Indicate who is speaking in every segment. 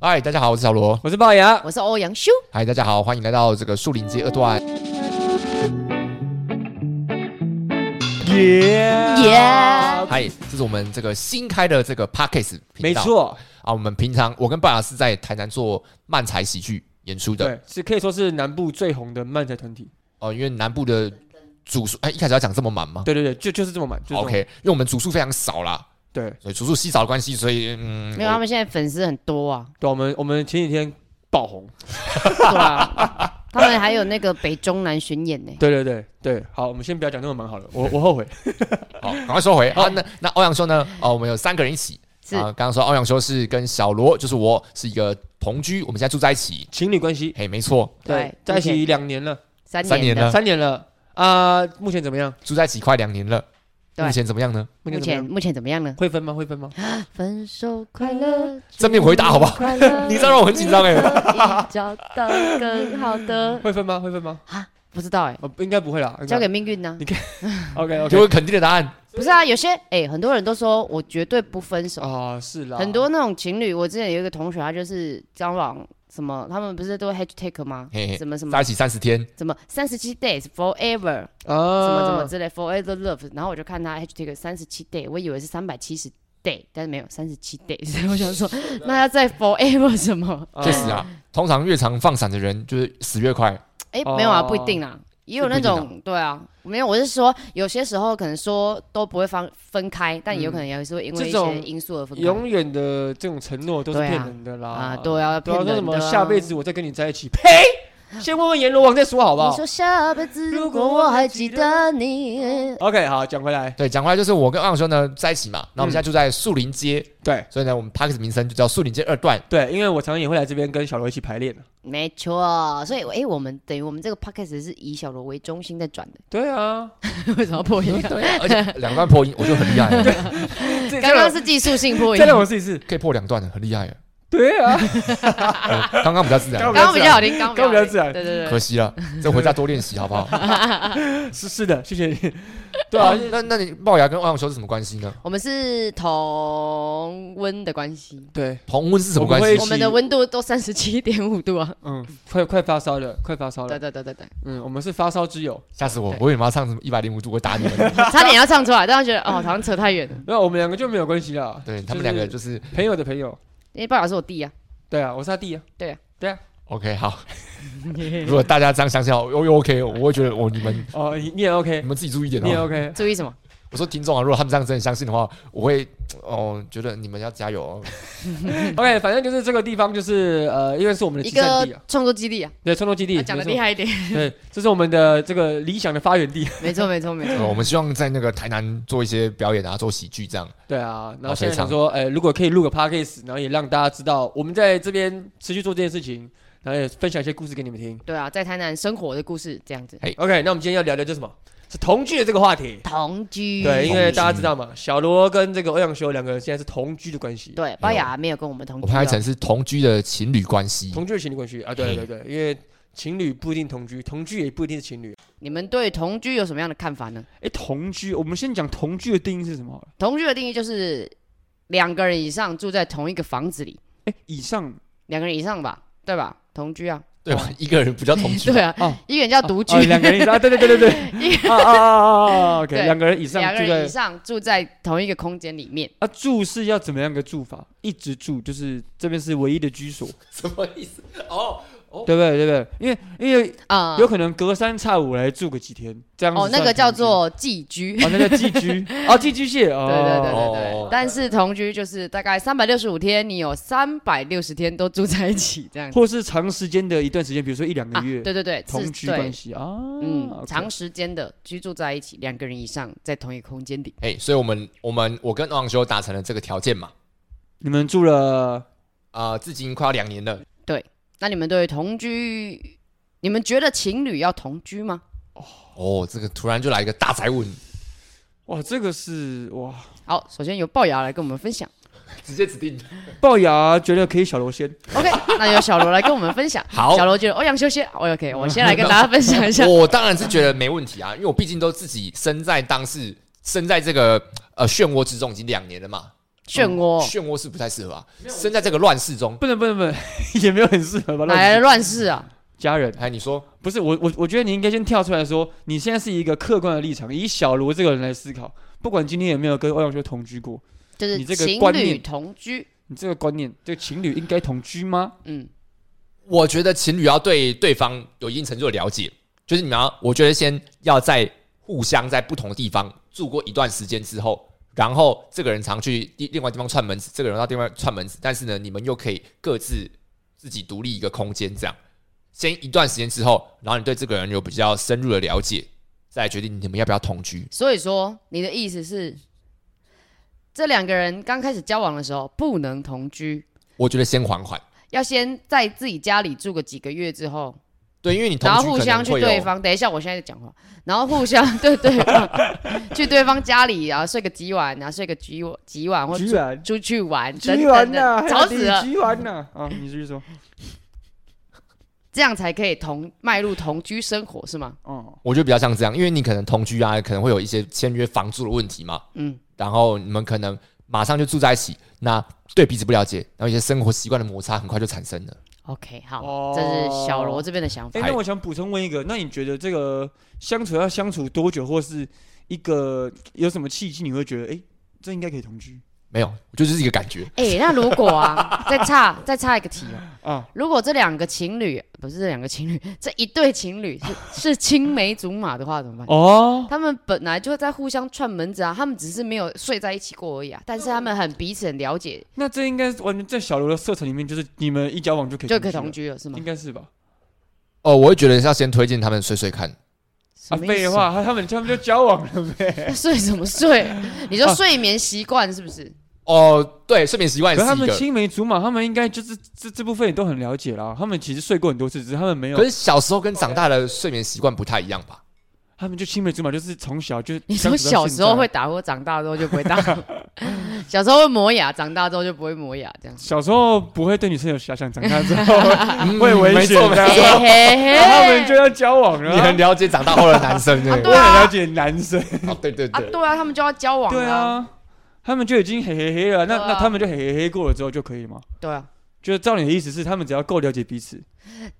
Speaker 1: 嗨，大家好，我是小罗。
Speaker 2: 我是龅牙，
Speaker 3: 我是欧阳修，
Speaker 1: 嗨，大家好，欢迎来到这个树林街二段。
Speaker 2: 耶
Speaker 3: Yeah
Speaker 1: 嗨，这是我们这个新开的这个 podcast 频
Speaker 2: 没
Speaker 1: 道。
Speaker 2: 错，
Speaker 1: 啊，我们平常我跟爸爸是在台南做漫才喜剧演出的
Speaker 2: 对，是可以说是南部最红的漫才团体。
Speaker 1: 哦、因为南部的组数，哎，一开始要讲这么满吗
Speaker 2: 对对对，就就是这么满。就是这么满
Speaker 1: OK，因为我们组数非常少啦，
Speaker 2: 对
Speaker 1: 所以组数稀少的关系，所以嗯，
Speaker 3: 没有，他们现在粉丝很多啊，
Speaker 2: 对，我们我们前几天爆红。
Speaker 3: 对啊， 他们还有那个北中南巡演呢。
Speaker 2: 对对对对，好，我们先不要讲那么满好了，我我 后悔。
Speaker 1: 好，赶快收回。啊，那那欧阳修呢？哦，我们有三个人一起。
Speaker 3: 是
Speaker 1: 啊，刚刚说欧阳修是跟小罗，就是我是一个同居，我们现在住在一起。
Speaker 2: 情侣关系，
Speaker 1: 嘿，没错，
Speaker 3: 对
Speaker 2: 在一
Speaker 3: 目
Speaker 2: 起两年了，
Speaker 3: 三
Speaker 1: 三年
Speaker 3: 的，
Speaker 1: 了
Speaker 2: 三年了啊、目前怎么样？
Speaker 1: 住在一起快两年了。
Speaker 3: 对
Speaker 1: 目前怎么样呢？
Speaker 2: 目
Speaker 3: 目
Speaker 2: 前怎么
Speaker 3: 前
Speaker 2: 样？
Speaker 3: 目前怎么样呢？
Speaker 2: 会分吗？会 分吗？
Speaker 3: 分手快乐，
Speaker 1: 正面回答好不好？ 你这样让我很紧张哎。
Speaker 3: 找到更好的，
Speaker 2: 会分吗？会分吗？
Speaker 3: 不知道哎，
Speaker 2: 哦，应该不会啦，
Speaker 3: 交给命运呢？
Speaker 2: OK
Speaker 1: 给
Speaker 2: OK
Speaker 1: 我肯定的答案。
Speaker 3: 不是啊，有些哎，很多人都说我绝对不分
Speaker 1: 哦
Speaker 3: 手，
Speaker 2: 啊，是啦，
Speaker 3: 很多那种情侣，我之前有一个同学，他就是交往什么，他们不是都 hashtag 吗
Speaker 1: 嘿嘿？
Speaker 3: 什么什
Speaker 1: 在
Speaker 3: 么
Speaker 1: 一起三十天，
Speaker 3: 什么三十七 days forever，
Speaker 2: 啊，
Speaker 3: 什么什么之类，Forever Love，然后我就看他 hashtag 三十七 day，我以为是三百七十 day，但是没有三十七 day，所以 我想说，那要在 Forever 什么？
Speaker 2: 啊
Speaker 1: 确实啊，通常越常放闪的人，就是死越快。
Speaker 3: 哎、
Speaker 2: 哦
Speaker 3: 没有啊，不一定啊，也有那
Speaker 1: 是不一
Speaker 3: 种对啊，没有，我是说有些时候可能说都不会分分开，但也有可能也是会因为一
Speaker 2: 这种
Speaker 3: 些因素而分开。
Speaker 2: 永远的这种承诺都是
Speaker 3: 对啊
Speaker 2: 骗人的啦。
Speaker 3: 啊，对啊，
Speaker 2: 对
Speaker 3: 骗
Speaker 2: 啊，
Speaker 3: 人的
Speaker 2: 说
Speaker 3: 啊、
Speaker 2: 什么下辈子我再跟你在一起？呸！ 先问问阎罗王再说好不
Speaker 3: 你
Speaker 2: 好
Speaker 3: 说下辈子如果我还记得你，
Speaker 2: ？OK，好，讲回来，
Speaker 1: 对，讲回来就是我跟欧阳修呢在一起嘛，那我们现在住在树林街，
Speaker 2: 对
Speaker 1: 所以呢，我们 p a r k 名称就叫树林街二段。
Speaker 2: 对，因为我常常也会来这边跟小罗一起排练的。
Speaker 3: 没错，所以哎、我们等于我们这个 podcast 是以小罗为中心在转的，
Speaker 2: 对啊，
Speaker 3: 为什么 破音啊？
Speaker 1: 对啊，而且两段破音，我就很厉害了，
Speaker 2: 这
Speaker 3: 刚刚是技术性破音，
Speaker 2: 再让我试一次。
Speaker 1: 可以破两段的，很厉害了。
Speaker 2: 对 啊，
Speaker 1: 呃刚刚比较自然
Speaker 2: 刚，
Speaker 3: 刚刚比较好听，刚
Speaker 2: 刚
Speaker 3: 刚
Speaker 2: 比较自然
Speaker 3: 对对
Speaker 1: 可
Speaker 3: 对，
Speaker 1: 惜了，这回家多练习好不好？
Speaker 2: 是是的，谢谢你。对
Speaker 1: 对
Speaker 2: 啊
Speaker 1: 啊，，那那你龅牙跟欧阳修是什么关系呢？
Speaker 3: 我们是同温的关系，
Speaker 2: 对，
Speaker 1: 同温是什么
Speaker 2: 我们
Speaker 1: 关
Speaker 2: 会一
Speaker 1: 系
Speaker 2: 起？
Speaker 3: 我们的温度都三十七点五度啊！
Speaker 2: 嗯，快快发烧了，快发烧
Speaker 3: 对
Speaker 2: 了。
Speaker 3: 对对对对，
Speaker 2: 嗯，我们是发烧之友。
Speaker 1: 吓死我！
Speaker 3: 对
Speaker 1: 我以为你们要唱什么一百零五度，我打你们。
Speaker 3: 差点要唱出来，但是觉得哦，好像扯太远了。
Speaker 2: 那我们两个就没有关系啦。
Speaker 1: 对他们两个
Speaker 2: 就
Speaker 1: 就是
Speaker 2: 是朋友的朋友。
Speaker 3: 因为爸爸是我弟啊，
Speaker 2: 对啊，我是他弟啊。
Speaker 1: OK 好。如果大家这样相信我，我又 OK，我会觉得我你们
Speaker 2: 哦，你你也 OK，
Speaker 1: 你们自己注意一点
Speaker 2: 你也
Speaker 1: 哦。
Speaker 2: OK。
Speaker 3: 注意什么？
Speaker 1: 我说听众啊，如果他们这样真的相信的话，我会哦觉得你们要加油哦。
Speaker 2: OK，反正就是这个地方，就是呃，因为是我们的
Speaker 3: 一
Speaker 2: 集散
Speaker 3: 个
Speaker 2: 地啊，
Speaker 3: 创作基地啊，
Speaker 2: 对，创作基地。
Speaker 3: 讲
Speaker 2: 没
Speaker 3: 的
Speaker 2: 错
Speaker 3: 厉害 一点。
Speaker 2: 对，这是我们的这个理想的发源地。
Speaker 3: 没错没错没
Speaker 1: 呃
Speaker 2: 哦
Speaker 3: 错，
Speaker 1: 我们希望在那个台南做一些表演啊，做喜剧这样。
Speaker 2: 对啊，
Speaker 1: 哦
Speaker 2: 然后现
Speaker 1: 非
Speaker 2: 在想
Speaker 1: 常
Speaker 2: 说，哎、如果可以录个 podcast，然后也让大家知道我们在这边持续做这件事情，然后也分享一些故事给你们听。
Speaker 3: 对啊，在台南生活的故事 这样子，
Speaker 2: OK，那我们今天要聊聊这什么？是同居的这个话题。
Speaker 3: 同居。
Speaker 2: 对，因为
Speaker 1: 同居
Speaker 2: 大家知道嘛，小罗跟这个欧阳修两个人现在是同居的关系，
Speaker 3: 对，龅牙没有跟我们同
Speaker 1: 我
Speaker 3: 居
Speaker 1: 拍
Speaker 3: 啊
Speaker 1: 成是同居的情侣关系。
Speaker 2: 同居的情侣关系啊，对对对对，因为情侣不一定同居，同居也不一定是情侣。
Speaker 3: 你们对同居有什么样的看法呢？
Speaker 2: 哎，同居，我们先讲同居的定义是什么好了？
Speaker 3: 同居的定义就是两个人以上住在同一个房子里，
Speaker 2: 哎，以上
Speaker 3: 两个人以上吧，对吧？同居 啊，
Speaker 1: 对吧？ 一个人不叫同居，
Speaker 3: 对啊，
Speaker 2: 哦，
Speaker 3: 一个人叫独居
Speaker 2: 哦，两个人以上，啊对对对对 对，啊啊啊啊啊啊，OK，
Speaker 3: 对
Speaker 2: 两个人以上
Speaker 3: 两个
Speaker 2: 住
Speaker 3: 人
Speaker 2: 在
Speaker 3: 以上住在同一个空间里面，
Speaker 2: 啊，住是要怎么样个住法？一直住就是这边是唯一的居所，
Speaker 1: 什么意思？哦，
Speaker 2: 对不对？对不对？因为因为
Speaker 3: 啊、
Speaker 2: 有可能隔三差五来住个几天，这样子
Speaker 3: 哦，那个
Speaker 2: 算
Speaker 3: 叫
Speaker 2: 同居
Speaker 3: 做寄居，
Speaker 2: 哦，那叫寄居哦，寄居 蟹哦，
Speaker 3: 对对对
Speaker 1: 哦
Speaker 3: 对对。但是同居就是大概三百六十五天，你有三百六十天都住在一起这样子
Speaker 2: 或是长时间的一段时间，比如说一两个
Speaker 3: 啊，
Speaker 2: 月，
Speaker 3: 对对对，是
Speaker 2: 同居
Speaker 3: 对
Speaker 2: 关系啊，
Speaker 3: 嗯，
Speaker 2: OK
Speaker 3: 长时间的居住在一起，两个人以上在同一个空间里，
Speaker 1: 哎，所以我们我们我跟欧阳修达成了这个条件嘛，
Speaker 2: 你们住了
Speaker 1: 啊，至今快要两年了。
Speaker 3: 那你们对同居，你们觉得情侣要同居吗？
Speaker 1: 哦，这个突然就来一个大宅问，
Speaker 2: 哇，这个是哇，
Speaker 3: 好，首先由龅牙来跟我们分享
Speaker 1: 直接指定。
Speaker 2: 龅牙觉得可以小罗先，
Speaker 3: ，OK，那由小罗来跟我们分享。
Speaker 1: 好
Speaker 3: 小罗觉得欧阳修仙哦，OK，我先来跟大家分 享一下。
Speaker 1: 我当然是觉得没问题啊，因为我毕竟都自己身在当事，身在这个呃漩涡之中已经两年了嘛。
Speaker 3: 漩涡，
Speaker 1: 漩涡是不太适合啊，生在这个乱世中。
Speaker 2: 不能不能不能， 也没有很适合吧？
Speaker 3: 哪
Speaker 2: 乱
Speaker 3: 来的
Speaker 2: 世
Speaker 3: 乱世啊？
Speaker 2: 家人
Speaker 1: 哎，你说
Speaker 2: 不是我我我觉得你应该先跳出来说，你现在是一个客观的立场，以小罗这个人来思考，不管今天有没有跟欧阳修同居过，
Speaker 3: 就是
Speaker 2: 你这个
Speaker 3: 情
Speaker 2: 观
Speaker 3: 侣
Speaker 2: 念
Speaker 3: 同居，
Speaker 2: 你这个观念，这个情侣应该同居吗？
Speaker 3: 嗯，
Speaker 1: 我觉得情侣要对对方有一定程度的了解，就是你们要，我觉得先要在互相在不同的地方住过一段时间之后，然后这个人常去地另外地方串门子，这个人到另外串门子，但是呢，你们又可以各自自己独立一个空间，这样先一段时间之后，然后你对这个人有比较深入的了解，再决定你们要不要同居。
Speaker 3: 所以说你的意思是，这两个人刚开始交往的时候不能同居，
Speaker 1: 我觉得先缓缓，
Speaker 3: 要先在自己家里住个几个月之后，
Speaker 1: 对，因为你同
Speaker 3: 然后
Speaker 1: 居
Speaker 3: 互
Speaker 1: 可
Speaker 3: 相
Speaker 1: 能
Speaker 3: 去
Speaker 1: 会有
Speaker 3: 对方，等一下，我现在在讲话，然后互相 对对方去对方家里啊睡个几晚啊，睡个几晚几晚或
Speaker 2: 居
Speaker 3: 出
Speaker 2: 然
Speaker 3: 出去玩
Speaker 2: 居
Speaker 3: 等
Speaker 2: 然呐、
Speaker 3: 等的，
Speaker 2: 啊还
Speaker 3: 吵
Speaker 2: 有
Speaker 3: 死了，
Speaker 2: 居然 呐、啊！你继续说，
Speaker 3: 这样才可以同迈入同居生活是吗？
Speaker 2: 哦，
Speaker 1: 我觉得比较像这样，因为你可能同居啊，可能会有一些签约房租的问题嘛，
Speaker 3: 嗯
Speaker 1: 嗯，然后你们可能马上就住在一起，那对彼此不了解，然后一些生活习惯的摩擦很快就产生了。
Speaker 3: OK，好，
Speaker 2: 哦
Speaker 3: 这是小罗这边的想法
Speaker 2: 哎、。那我想补充问一个，那你觉得这个相处要相处多久，或是一个有什么契机，你会觉得，哎、这应该可以同居
Speaker 1: 没有，我觉得这是一个感觉，
Speaker 3: 哎、那如果啊， 再差再差一个题哦、
Speaker 2: 啊？
Speaker 3: 如果这两个情侣不是这两个情侣， 这一对情侣是是青梅竹马的话怎么办？
Speaker 2: 哦，
Speaker 3: 他们本来就在互相串门子啊，他们只是没有睡在一起过而已啊，但是他们很彼此很了解，
Speaker 2: 那这应该是完全在小罗的社团里面，就是你们一交往就可以
Speaker 3: 就可以同
Speaker 2: 了，
Speaker 3: 居了是吗
Speaker 2: 应？该是吧？
Speaker 1: 哦，我会觉得是要先推荐他们睡睡看，
Speaker 3: 什
Speaker 2: 啊，
Speaker 3: 么意思
Speaker 2: 废，话，他他们他们就交往 了呗。
Speaker 3: 睡什么 睡？你说
Speaker 2: 啊
Speaker 3: 睡眠习惯是不是？
Speaker 1: 哦，对，睡眠习惯也
Speaker 2: 可是他
Speaker 1: 是一
Speaker 2: 们
Speaker 1: 个。
Speaker 2: 青梅竹马，他们应该就是这这部分也都很了解啦。他们其实睡过很多次，只是他们没有
Speaker 1: 可，是小时候跟长大的睡眠习惯不太一样吧？
Speaker 2: 他们就青梅竹马，就是从小就
Speaker 3: 你
Speaker 2: 相
Speaker 3: 说
Speaker 2: 处到
Speaker 3: 小
Speaker 2: 现
Speaker 3: 时候
Speaker 2: 在。
Speaker 3: 会，打呼，长大之后就不会打呼， 小时候会磨牙，长大之后就不会磨牙，这样
Speaker 2: 小时候不会对女生有遐想，长大之 后啊会危
Speaker 1: 没
Speaker 2: 险
Speaker 1: 错
Speaker 2: 的
Speaker 1: 嗯没
Speaker 3: 嘿
Speaker 1: 错，
Speaker 3: 嘿嘿，
Speaker 2: 他们就要交往了
Speaker 1: 你很
Speaker 2: 啊。
Speaker 1: 了解长大后的男生，对不对
Speaker 2: 我
Speaker 3: 对
Speaker 2: 很
Speaker 3: 啊
Speaker 2: 了解男生，
Speaker 1: 哦对对
Speaker 3: 啊，
Speaker 1: 对，
Speaker 3: 对啊，他们就要交往
Speaker 2: 对
Speaker 3: 了啊，
Speaker 2: 啊，他们就已经嘿嘿嘿了，那
Speaker 3: 对啊
Speaker 2: 那他们就嘿嘿嘿过了之后就可以吗？
Speaker 3: 对啊，
Speaker 2: 就是照你的意思是，他们只要够了解彼此，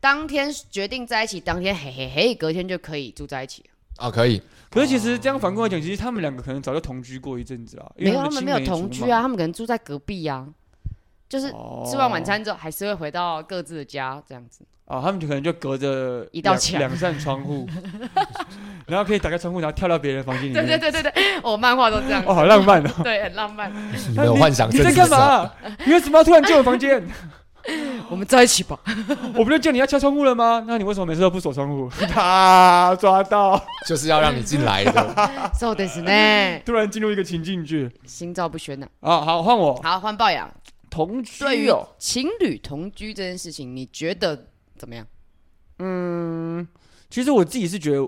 Speaker 3: 当天决定在一起，当天嘿嘿嘿，隔天就可以住在一起了。
Speaker 1: 哦可以，
Speaker 2: 可是其实这样反过来讲，其实他们两个可能早就同居过一阵子了，因
Speaker 3: 没
Speaker 2: 为
Speaker 3: 有，他
Speaker 2: 们青
Speaker 3: 们嗯没有
Speaker 2: 梅
Speaker 3: 同
Speaker 2: 竹
Speaker 3: 居
Speaker 2: 马
Speaker 3: 啊，，他们可能住在隔壁啊，就是
Speaker 2: 哦
Speaker 3: 吃完晚餐之后还是会回到各自的家这样子。
Speaker 2: 啊，他们就可能就隔着
Speaker 3: 一道
Speaker 2: 两
Speaker 3: 墙
Speaker 2: 两扇窗 户，然后可以打开窗户，然后跳到别人房间里
Speaker 3: 对
Speaker 2: 面。
Speaker 3: 对对对对，我漫画都这样
Speaker 2: 嗯哦，，好浪漫哦！
Speaker 3: 对，很浪漫。
Speaker 1: 你 没有幻想
Speaker 2: 你
Speaker 1: 症
Speaker 2: 在
Speaker 1: 是不
Speaker 2: 干
Speaker 1: 是啊？
Speaker 2: 嘛？你为什么要突然进我房间？
Speaker 3: 我们在 一起吧。
Speaker 2: 我不就叫你要敲窗户了吗？那你为什么每次都不锁窗 户？他抓到，
Speaker 1: 就是要让你进来的，
Speaker 3: So this 呢，
Speaker 2: 突然进入一个情境剧
Speaker 3: 心照不宣呐。
Speaker 2: 啊！好，换我
Speaker 3: 好，换龅牙。
Speaker 2: 同居
Speaker 3: 对于
Speaker 2: 哦。
Speaker 3: 情侣同居这件事情，你觉得怎么样？
Speaker 2: 其实我自己是觉得，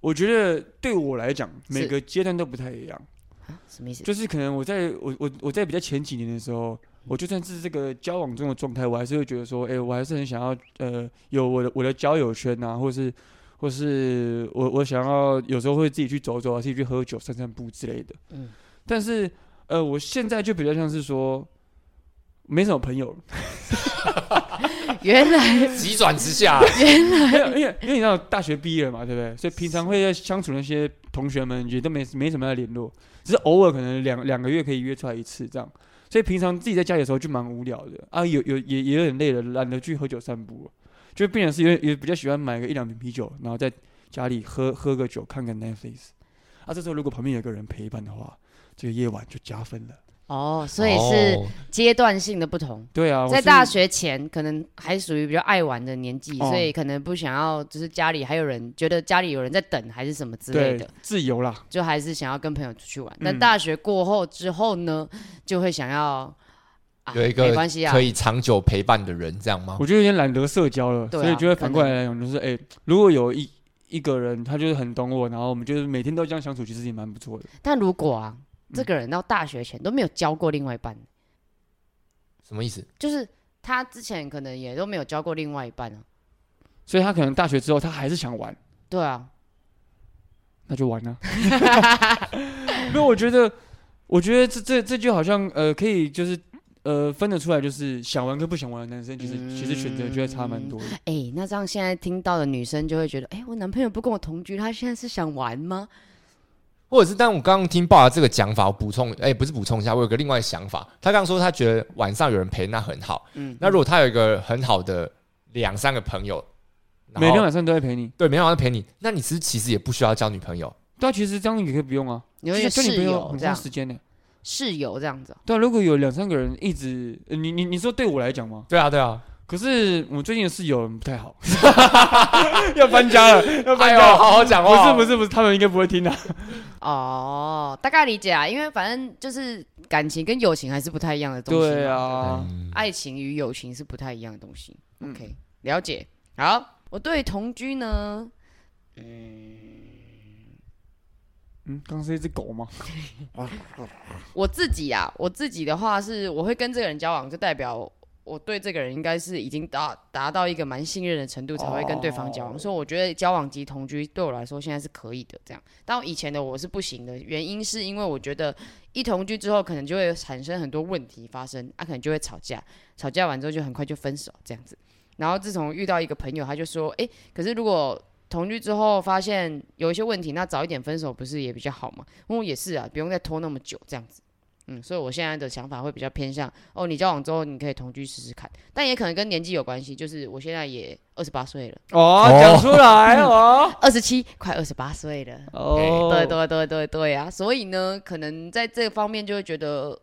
Speaker 2: 我觉得对我来讲，
Speaker 3: 是
Speaker 2: 每个阶段都不太一样。
Speaker 3: 啊什么意思？
Speaker 2: 就是可能我在我我我在比较前几年的时候，我就算是这个交往中的状态，我还是会觉得说，哎、我还是很想要呃有我的我的交友圈啊，或是或是我我想要有时候会自己去走走啊，自己去喝酒、散散步之类的。
Speaker 3: 嗯
Speaker 2: 但是呃，我现在就比较像是说。没什么朋友，
Speaker 3: 原来
Speaker 1: 急转直下。
Speaker 2: 没 有因为因为你知道大学毕业了嘛，对不对？所以平常会在相处那些同学们也都没没什么要联络，只是偶尔可能两两个月可以约出来一次这样。所以平常自己在家里的时候就蛮无聊的啊，有有也也有点累了，懒得去喝酒散步了，就变成是也也比较喜欢买个一两瓶啤酒，然后在家里喝喝个酒，看个 Netflix。啊，这时候如果旁边有个人陪伴的话，这个夜晚就加分了。
Speaker 3: 哦，所以是
Speaker 1: 哦
Speaker 3: 阶段性的不同。
Speaker 2: 对啊，我
Speaker 3: 在
Speaker 2: 是
Speaker 3: 大学前，可能还属于比较爱玩的年纪，
Speaker 2: 哦
Speaker 3: 所以可能不想要，就是家里还有人觉得家里有人在等，还是什么之类
Speaker 2: 对
Speaker 3: 的，
Speaker 2: 自由啦，
Speaker 3: 就还是想要跟朋友出去玩。但
Speaker 2: 嗯
Speaker 3: 大学过后之后呢，就会想要啊，
Speaker 1: 有一个
Speaker 3: 没关系啊
Speaker 1: 可，以长久陪伴的人，这样吗？
Speaker 2: 我就有点懒得社交了，
Speaker 3: 对啊
Speaker 2: 所以就会反过来讲，就是哎、如果有一一个人他就是很懂我，然后我们就是每天都这样相处，其实也蛮不错的。
Speaker 3: 但如果啊，
Speaker 2: 嗯
Speaker 3: 这个人到大学前都没有交过另外一半，
Speaker 1: 什么意思？
Speaker 3: 就是他之前可能也都没有交过另外一半啊。
Speaker 2: 所以他可能大学之后他还是想玩，
Speaker 3: 对啊， 哎
Speaker 2: 那就玩啊。没有，我觉得我觉得这这这就好像呃，可以就是呃分得出来，就是想玩跟不想玩的男生，其实、其实选择就会差蛮多的。
Speaker 3: 哎、那这样现在听到的女生就会觉得，哎、我男朋友不跟我同居，他现在是想玩吗？
Speaker 1: 或者是，但我刚刚听爸爸这个讲法，我补充，哎、不是补充一下，我有个另外的想法。他刚刚说他觉得晚上有人陪，那很好。
Speaker 3: 嗯，
Speaker 1: 那如果他有一个很好的两三个朋友，然后
Speaker 2: 每天晚上都在陪你，
Speaker 1: 对每天晚上陪你，那你是不是其实也不需要交女朋友。
Speaker 2: 对啊，其实这样也可以不用啊，
Speaker 3: 你会
Speaker 2: 就
Speaker 3: 有
Speaker 2: 是就你
Speaker 3: 室
Speaker 2: 朋友
Speaker 3: 友
Speaker 2: 很
Speaker 3: 这
Speaker 2: 花
Speaker 3: 样，
Speaker 2: 时间呢、
Speaker 3: 室友这样子哦、
Speaker 2: 对啊，如果有两三个人一直，呃你你你说对我来讲吗？
Speaker 1: 对啊，对 啊，
Speaker 2: 可是我最近的室友不太好，要搬家了，要 搬
Speaker 1: 哎呦，
Speaker 2: 家了。
Speaker 1: 好好讲
Speaker 2: 不
Speaker 1: 话。
Speaker 2: 是不是不是，他们应该不会听的、
Speaker 3: 哦，大概理解啊，因为反正就是感情跟友情还是不太一样 的东西。
Speaker 2: 对，啊，
Speaker 1: 嗯
Speaker 3: 爱情与友情是不太一样的东西。
Speaker 2: 嗯
Speaker 3: OK，了解。好，我对同居呢，
Speaker 2: 嗯，刚是一只狗吗？
Speaker 3: 我自己啊，我自己的话是，我会跟这个人交往，就代表我对这个人应该是已经达达到一个蛮信任的程度，才会跟对方交往。所以我觉得交往及同居对我来说现在是可以的，这样。但我以前的我是不行的，原因是因为我觉得一同居之后，可能就会产生很多问题发生，啊，可能就会吵架，吵架完之后就很快就分手这样子。然后自从遇到一个朋友，他就说，诶，可是如果同居之后发现有一些问题，那早一点分手不是也比较好吗？因为也是啊，不用再拖那么久这样子。嗯，所以我现在的想法会比较偏向哦，你交往之后你可以同居试试看，但也可能跟年纪有关系，就是我现在也二十八岁了，
Speaker 2: 哦，
Speaker 1: 哦
Speaker 2: 讲出来 哦。
Speaker 3: 二十七快二十八岁了，
Speaker 2: 哦，
Speaker 3: 哎对对对对对啊，所以呢，可能在这方面就会觉得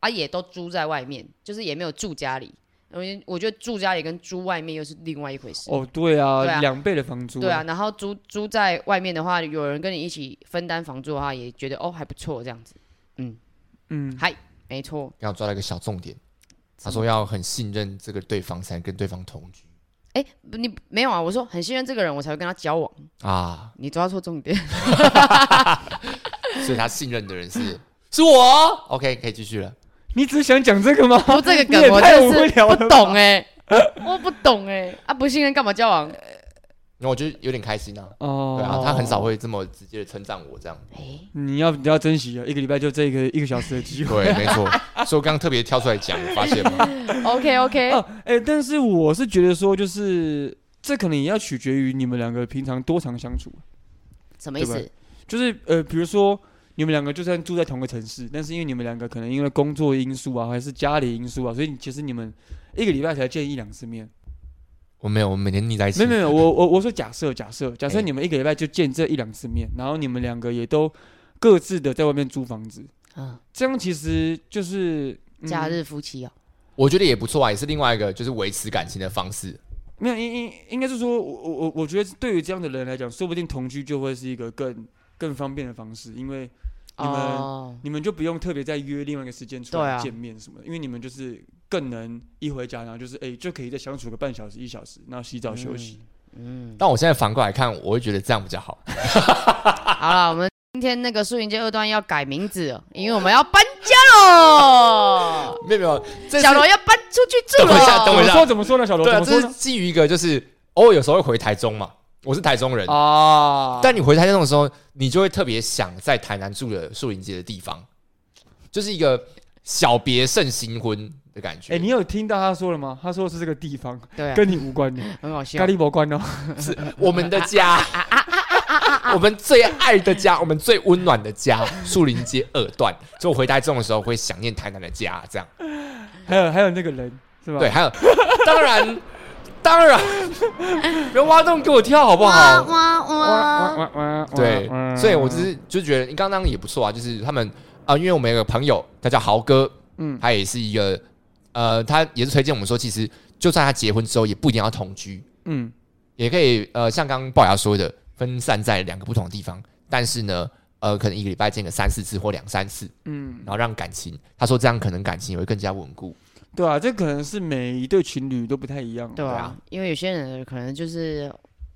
Speaker 3: 啊，也都租在外面，就是也没有住家里，因为我觉得住家里跟住外面又是另外一回事。
Speaker 2: 哦，对啊，
Speaker 3: 对啊
Speaker 2: 两倍的房租。
Speaker 3: 对啊，，然后租租在外面的话，有人跟你一起分担房租的话，也觉得哦还不错这样子，
Speaker 2: 嗯，
Speaker 3: 没错。
Speaker 1: 刚刚抓到一个小重点，他
Speaker 3: 什
Speaker 1: 说
Speaker 3: 么
Speaker 1: 要很信任这个对方，才能跟对方同居
Speaker 3: 哎、不你没有啊？我说很信任这个人，我才会跟他交往。
Speaker 1: 啊。
Speaker 3: 你抓错重点。
Speaker 1: 所以他信任的人 是是我哦。OK，可以继续了。
Speaker 2: 你只想讲这个吗？
Speaker 3: 不，这个
Speaker 2: 你也
Speaker 3: 梗我
Speaker 2: 太
Speaker 3: 真
Speaker 2: 无
Speaker 3: 的
Speaker 2: 聊
Speaker 3: 是
Speaker 2: 了
Speaker 3: 不
Speaker 2: 吧
Speaker 3: 懂哎、 我不懂哎、啊，不信任干嘛交往？
Speaker 1: 那我就有点开心啊。
Speaker 2: 哦
Speaker 1: 对啊，他很少。会这么直接的称赞我这样。
Speaker 3: 哎、
Speaker 2: 你要你要珍惜啊，一个礼拜就这个一个小时的机会。
Speaker 1: 对，没错。所以我刚刚特别挑出来讲，我发现吗？
Speaker 3: o k OK，、
Speaker 2: 哦，哎，但是我是觉得说，就是这可能也要取决于你们两个平常多长相处。啊
Speaker 3: 什么意
Speaker 2: 对
Speaker 3: 思？
Speaker 2: 就是呃，比如说你们两个就算住在同个城市，但是因为你们两个可能因为工作因素啊，还是家里因素啊，所以其实你们一个礼拜才见一两次面。
Speaker 1: 我没有，我每天腻在一起。
Speaker 2: 没有没有，我我我说假设假设假设
Speaker 1: 哎
Speaker 2: 你们一个礼拜就见这一两次面，然后你们两个也都各自的在外面租房子，
Speaker 3: 嗯，
Speaker 2: 这样其实就是、嗯
Speaker 3: 假日夫妻哦、
Speaker 1: 我觉得也不错啊，也是另外一个就是维持感情的方式。
Speaker 2: 没有应应应该是说，我我我我觉得对于这样的人来讲，说不定同居就会是一个更更方便的方式，因为你们
Speaker 3: 哦，
Speaker 2: 你们就不用特别再约另外一个时间出
Speaker 3: 对
Speaker 2: 来
Speaker 3: 啊
Speaker 2: 见面什么的，因为你们就是更能一回家，然后就是哎、就可以再相处个半小时一小时，然后洗澡休息。
Speaker 3: 嗯，
Speaker 1: 但我现在反过来看，我会觉得这样比较 好。
Speaker 3: 好了，我们今天那个树林街二段要改名字 了，因为我们要搬家喽，
Speaker 1: 没有没有，这是
Speaker 3: 小罗要搬出去住
Speaker 1: 等我一下
Speaker 3: 了。
Speaker 1: 等我一
Speaker 2: 怎么
Speaker 1: 下
Speaker 2: 说怎么说呢，小罗？
Speaker 1: 对啊，
Speaker 2: 怎么
Speaker 1: 这
Speaker 2: 说
Speaker 1: 是
Speaker 2: 呢？
Speaker 1: 基于一个就是，偶尔有时候会回台中嘛，我是台中人，
Speaker 2: 啊，
Speaker 1: 但你回台中的时候，你就会特别想在台南住的树林街的地方，就是一个小别胜新婚的感觉。
Speaker 2: 哎、你有听到他说了吗？他说的是这个地方
Speaker 3: 对啊，
Speaker 2: 跟你无关的，
Speaker 3: 很好笑
Speaker 2: 咖。喱无关哦。
Speaker 1: 是我们的家，我们最爱的家，我们最温暖的家，树林街二段。所以我回台中的时候会想念台南的家，这样
Speaker 2: 还有还有那个人是吧？
Speaker 1: 对。，还有，当然，当然，不要挖洞给我跳好不
Speaker 3: 哇
Speaker 1: 好？
Speaker 3: 哇哇！
Speaker 2: 哇哇
Speaker 1: 对，啊所以我就
Speaker 2: 只
Speaker 1: 是就觉得你刚刚也不错啊，就是他们啊、因为我们有个朋友，他叫豪哥，
Speaker 2: 嗯
Speaker 1: 他也是一个呃，他也是推荐我们说，其实就算他结婚之后，也不一定要同居，
Speaker 2: 嗯
Speaker 1: 也可以呃，像刚刚龅牙说的，分散在两个不同的地方，但是呢，呃，可能一个礼拜见个三四次或两三次，
Speaker 2: 嗯，
Speaker 1: 然后让感情，他说这样可能感情也会更加稳固。
Speaker 2: 对啊，这可能是每一对情侣都不太一样。
Speaker 1: 对
Speaker 3: 对啊
Speaker 1: 啊，
Speaker 3: 因为有些人可能就是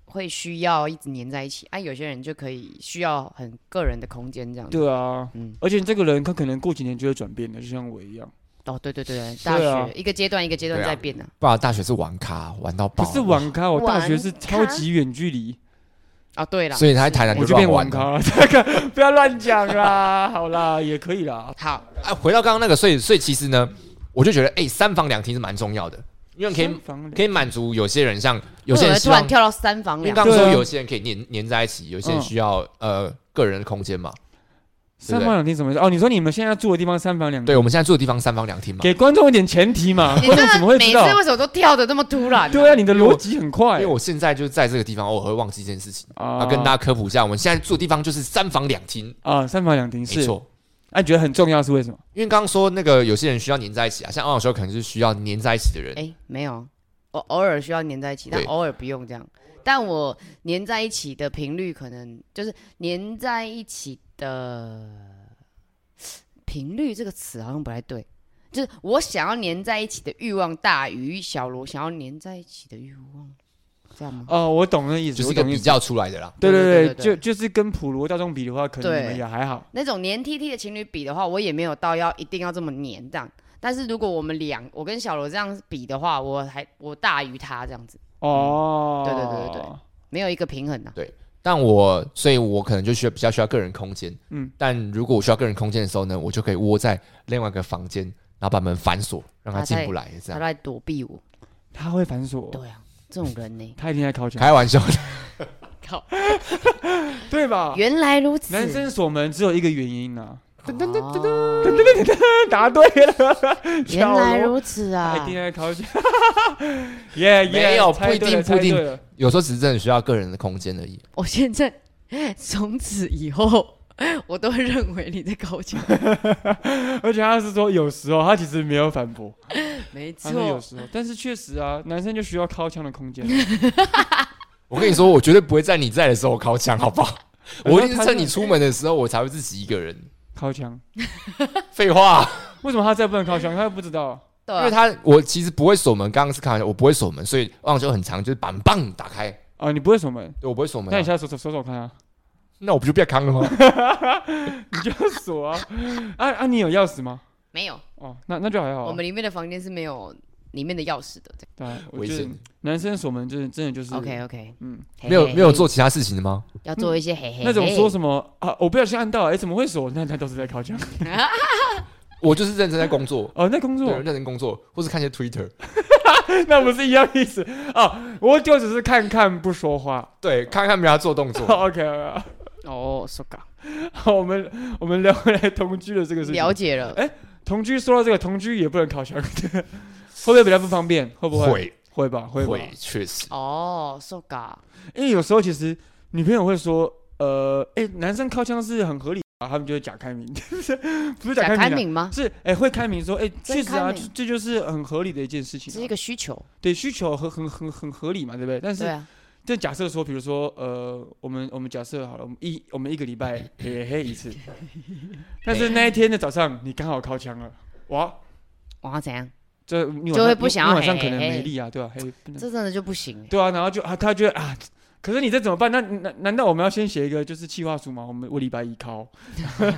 Speaker 3: 会需要一直黏在一起，啊，有些人就可以需要很个人的空间这样子。
Speaker 2: 对啊，
Speaker 3: 嗯，
Speaker 2: 而且这个人他可能过几年就会转变的，就像我一样。
Speaker 3: 哦，对对对对，大
Speaker 2: 对啊
Speaker 3: 学一个阶段一个阶段
Speaker 1: 对啊
Speaker 3: 在变呢。
Speaker 1: 不然大学是玩咖，玩到爆，
Speaker 2: 不是网咖，我大学是超
Speaker 3: 网咖
Speaker 2: 级远距离，
Speaker 3: 啊，对了，
Speaker 1: 所以他在台南
Speaker 2: 我就变
Speaker 1: 乱
Speaker 2: 网
Speaker 1: 玩了。
Speaker 2: 咖了，这个不要乱讲啦， 好啦，也可以啦，
Speaker 3: 好，
Speaker 1: 啊，回到刚刚那个，所以所以其实呢，我就觉得，哎、三房两厅是蛮重要的，因为可以
Speaker 2: 三房两
Speaker 1: 可以满足有些人像有些
Speaker 3: 为什么
Speaker 1: 人希
Speaker 3: 突
Speaker 1: 望
Speaker 3: 然，跳到三房
Speaker 1: 因为
Speaker 3: 两
Speaker 1: 刚刚
Speaker 2: 对
Speaker 1: 说
Speaker 2: 啊
Speaker 1: 有些人可以黏黏在一起，有些
Speaker 2: 嗯
Speaker 1: 人需要、呃个人的空间嘛。
Speaker 2: 三房两厅什么意思？哦，你说你们现在住的地方三房两厅
Speaker 1: 对，，我们现在住的地方三房两厅嘛，
Speaker 2: 给观众一点前提嘛，
Speaker 3: 你
Speaker 2: 观众怎么会
Speaker 3: 这每
Speaker 2: 知
Speaker 3: 次
Speaker 2: 道？
Speaker 3: 为什么都跳的那么突然、
Speaker 2: 对啊，你的逻辑很快
Speaker 1: 因为我现在就在这个地方，偶尔会忘记这件事情。啊，
Speaker 2: 啊
Speaker 1: 跟大家科普一下，我们现在住的地方就是三房两厅，
Speaker 2: 啊，三房两厅
Speaker 1: 没
Speaker 2: 是，
Speaker 1: 错。
Speaker 2: 哎，你觉得很重要是为什么？
Speaker 1: 因为刚刚说那个有些人需要黏在一起啊，像王小修可能是需要黏在一起的人。
Speaker 3: 哎、没有，我偶尔需要粘在一起，但
Speaker 1: 对
Speaker 3: 偶尔不用这样。但我粘在一起的频率可能就是粘在一起的频率这个词好像不太对，就是我想要粘在一起的欲望大于小罗想要粘在一起的欲望，这样吗？
Speaker 2: 哦，我懂那意思，
Speaker 1: 就是
Speaker 2: 我
Speaker 1: 一个
Speaker 2: 懂意
Speaker 1: 比
Speaker 2: 思。
Speaker 1: 较出来的啦，
Speaker 2: 对
Speaker 3: 对
Speaker 2: 对
Speaker 3: 对
Speaker 2: 对，
Speaker 3: 对
Speaker 2: 就
Speaker 3: 对
Speaker 2: 就是跟普罗大众比的话，可能
Speaker 3: 对
Speaker 2: 你们也还好。
Speaker 3: 那种黏 T T 的情侣比的话，我也没有到要一定要这么黏这样。但是如果我们两，我跟小罗这样比的话，我还我大于他这样子，
Speaker 1: 嗯
Speaker 2: 哦，
Speaker 3: 对对对对没有一个平衡啊呐、
Speaker 1: 但我所以，我可能就需要比较需要个人空间。嗯
Speaker 2: 嗯，
Speaker 1: 但如果我需要个人空间的时候呢，我就可以窝在另外一个房间，然后把门反锁，让他
Speaker 3: 啊
Speaker 1: 进
Speaker 3: 对
Speaker 1: 不来。这
Speaker 3: 他
Speaker 1: 样
Speaker 3: 在躲避我。
Speaker 2: 他会反锁，
Speaker 3: 对啊，这种人呢、
Speaker 2: 他一定在考前，
Speaker 1: 开玩笑的，
Speaker 3: 靠，
Speaker 2: 对吧？
Speaker 3: 原来如此。啊
Speaker 2: 男生锁门只有一个原因啊呐，
Speaker 3: 噔噔噔噔，
Speaker 2: 答对了，
Speaker 3: 原来
Speaker 2: 小罗
Speaker 3: 如此
Speaker 2: 他
Speaker 3: 啊
Speaker 2: 一定！在考 前。耶耶，
Speaker 1: 没有
Speaker 2: 猜对了
Speaker 1: 不一定不一定
Speaker 2: 猜对了
Speaker 1: 有时候只是真的需要个人的空间而已。
Speaker 3: 我现在从此以后，我都会认为你在搞笑。
Speaker 2: 而且他是说有时候，他其实没有反驳，
Speaker 3: 没
Speaker 2: 他说有
Speaker 3: 错，
Speaker 2: 时候，但是确实啊，男生就需要靠枪的空 间。
Speaker 1: 我跟你说，我绝对不会在你在的时候靠墙，好不 好？
Speaker 2: 我说
Speaker 1: 我一定是
Speaker 2: 他
Speaker 1: 趁你出门的时候，我才会自己一个人。
Speaker 2: 靠枪，
Speaker 1: 废话，
Speaker 2: 为什么他再不能靠枪？他又不知道。
Speaker 3: 对
Speaker 1: 因为
Speaker 3: 啊，
Speaker 1: 他我其实不会锁门，刚刚是开玩笑，我不会锁门，所以望就很长，就是把门棒打开，
Speaker 2: 啊，你不会锁门，
Speaker 1: 对我不会锁门
Speaker 2: 那
Speaker 1: 啊、
Speaker 2: 你现在手手手手看啊，
Speaker 1: 那我不就变康了吗？
Speaker 2: 你就要锁啊。啊啊，你有钥匙吗？
Speaker 3: 没有，
Speaker 2: 哦，那那就还好啊。
Speaker 3: 我们里面的房间是没有里面的钥匙的。
Speaker 2: 对啊，我
Speaker 1: 危
Speaker 2: 觉得
Speaker 1: 险
Speaker 2: 男生锁门就是真的就是。
Speaker 3: OK OK，
Speaker 2: 嗯，
Speaker 1: 没有没有做其他事情的吗？
Speaker 3: 要做一些嘿嘿
Speaker 2: 那种说什
Speaker 3: 么？
Speaker 2: 么啊，我不小心按到，哎，怎么会锁？那那都是在靠枪。
Speaker 1: 我就是认真在工作，
Speaker 2: 哦，那工
Speaker 1: 对，
Speaker 2: 作
Speaker 1: 认真工作，或是看一些 Twitter，
Speaker 2: 那不是一样意思啊？我就只是看看不说话。
Speaker 1: 对，看看别人家做动作。
Speaker 2: OK，OK，
Speaker 3: 哦，说搞
Speaker 2: 好，我们我们聊回来同居的这个事情。
Speaker 3: 了解了
Speaker 2: 哎。同居说到这个，同居也不能靠墙，会不 会比较不方便？会 不会？
Speaker 1: 会
Speaker 2: 会吧，会吧。
Speaker 1: 会，确实，
Speaker 3: 哦，说搞
Speaker 2: 因为有时候其实女朋友会说，呃，哎、男生靠枪是很合理啊，他们就会假开明， 不是假
Speaker 3: 贾
Speaker 2: 开
Speaker 3: 开
Speaker 2: 明、啊。
Speaker 3: 明吗？
Speaker 2: 是哎、会开明说哎，确、实啊，
Speaker 3: 真开
Speaker 2: 这
Speaker 3: 明
Speaker 2: 这就是很合理的一件事情
Speaker 3: 这是一
Speaker 2: 啊、
Speaker 3: 个需求，
Speaker 2: 对需求很很很很合理嘛，对不对？但
Speaker 3: 对
Speaker 2: 是
Speaker 3: 啊，
Speaker 2: 这假设说，比如说呃，我们我们假设好了，我们一我们一个礼拜嘿嘿一 次，但是那一天的早上你刚好靠枪了，哇，
Speaker 3: 我要怎样？
Speaker 2: 这你晚上
Speaker 3: 就会不想要
Speaker 2: 你晚上
Speaker 3: 嘿
Speaker 2: 可能
Speaker 3: 嘿
Speaker 2: 没
Speaker 3: 嘿
Speaker 2: 力啊，对吧、嘿，不能
Speaker 3: 这真的就不行欸。
Speaker 2: 对啊，然后就啊，他觉得啊，可是你这怎么办？那难难道我们要先写一个就是企划书吗？我们我礼拜一考，
Speaker 1: 很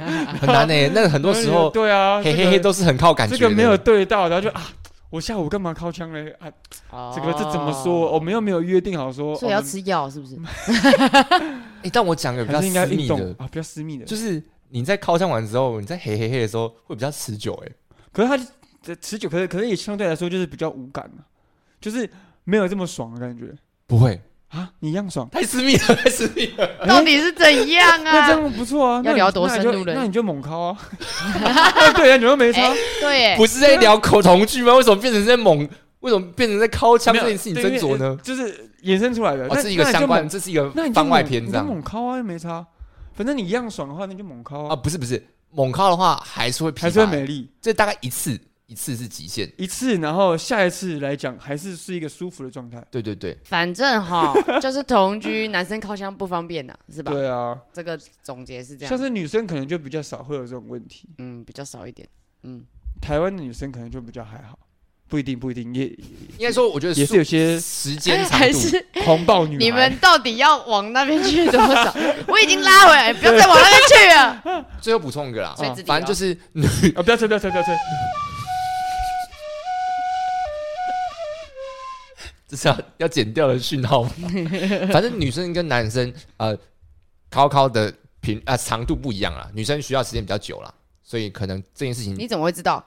Speaker 1: 难呢、那很多时候，
Speaker 2: 对啊，
Speaker 1: 嘿
Speaker 2: 这
Speaker 1: 嘿
Speaker 2: 个
Speaker 1: 嘿，都是很靠感觉
Speaker 2: 这
Speaker 1: 的。
Speaker 2: 个没有对到，然后就啊。我下午干嘛靠枪嘞？啊，
Speaker 3: 哦
Speaker 2: 这个这怎么说？我哦们又没有约定好说，
Speaker 3: 所以要吃药是不是？
Speaker 2: 嗯
Speaker 1: 诶但我讲个
Speaker 2: 我
Speaker 1: 比
Speaker 2: 们，
Speaker 1: 较
Speaker 2: 还是
Speaker 1: 私
Speaker 2: 应该
Speaker 1: 密
Speaker 2: 运动
Speaker 1: 的，
Speaker 2: 啊，比较私密的。
Speaker 1: 就是你在靠枪完之后，你在嘿嘿嘿的时候会比较持久、欸诶。
Speaker 2: 可是他就这持久，可是可是也相对来说就是比较无感嘛，就是没有这么爽的感觉
Speaker 1: 不会，
Speaker 2: 啊。你一样爽，
Speaker 1: 太私密了，太私密了。
Speaker 3: 呃到底啊是怎样
Speaker 2: 那这
Speaker 3: 啊？
Speaker 2: 样不错啊。
Speaker 3: 要
Speaker 2: 那你
Speaker 3: 聊多
Speaker 2: 那你
Speaker 3: 深
Speaker 2: 就
Speaker 3: 入了
Speaker 2: 那你就猛靠 啊。 对啊，你又没差
Speaker 3: 哎。对耶，
Speaker 1: 不是在聊口同居吗？为什么变成在猛？为什么变成在靠枪这件事情
Speaker 2: 对
Speaker 1: 斟
Speaker 2: 因
Speaker 1: 酌
Speaker 2: 为
Speaker 1: 呢？
Speaker 2: 就是衍生出来的，
Speaker 1: 哦，
Speaker 2: 那
Speaker 1: 这是一个相关，，这是一个
Speaker 2: 那你就猛那你就
Speaker 1: 番外
Speaker 2: 猛
Speaker 1: 篇这
Speaker 2: 你
Speaker 1: 样
Speaker 2: 就猛敲啊，又没差，反正你一样爽的话，那就猛敲
Speaker 1: 啊？
Speaker 2: 啊，
Speaker 1: 不是不是，猛靠的话还是会疲
Speaker 2: 还是会
Speaker 1: 乏
Speaker 2: 美
Speaker 1: 的，
Speaker 2: 丽
Speaker 1: 这大概一次一次是极限。
Speaker 2: 一次，然后下一次来讲还是是一个舒服的状态。
Speaker 1: 对对对，
Speaker 3: 反正哈，就是同居，男生靠枪不方便呐，是吧？
Speaker 2: 对啊，
Speaker 3: 这个总结是这
Speaker 2: 像
Speaker 3: 样，
Speaker 2: 是女生可能就比较少会有这种问题，
Speaker 3: 嗯，比较少一点，嗯，
Speaker 2: 台湾的女生可能就比较还好，不一定不一定，也
Speaker 1: 应该说我觉得
Speaker 2: 也是有些
Speaker 1: 时间长
Speaker 3: 还
Speaker 1: 度。
Speaker 3: 是
Speaker 2: 狂暴女孩。
Speaker 3: 你们到底要往那边去多少？我已经拉回来，不要再往那边去了。
Speaker 1: 最后补充一个啦哦
Speaker 3: 所以自，己
Speaker 1: 反正
Speaker 3: 聊
Speaker 1: 就是
Speaker 2: 啊，不要吹，不要吹，不要吹，
Speaker 1: 这是要要剪掉的讯号 吗。反正女生跟男生呃，高考的频啊、长度不一样啦，女生需要时间比较久啦，所以可能这件事情
Speaker 3: 你怎么会知道？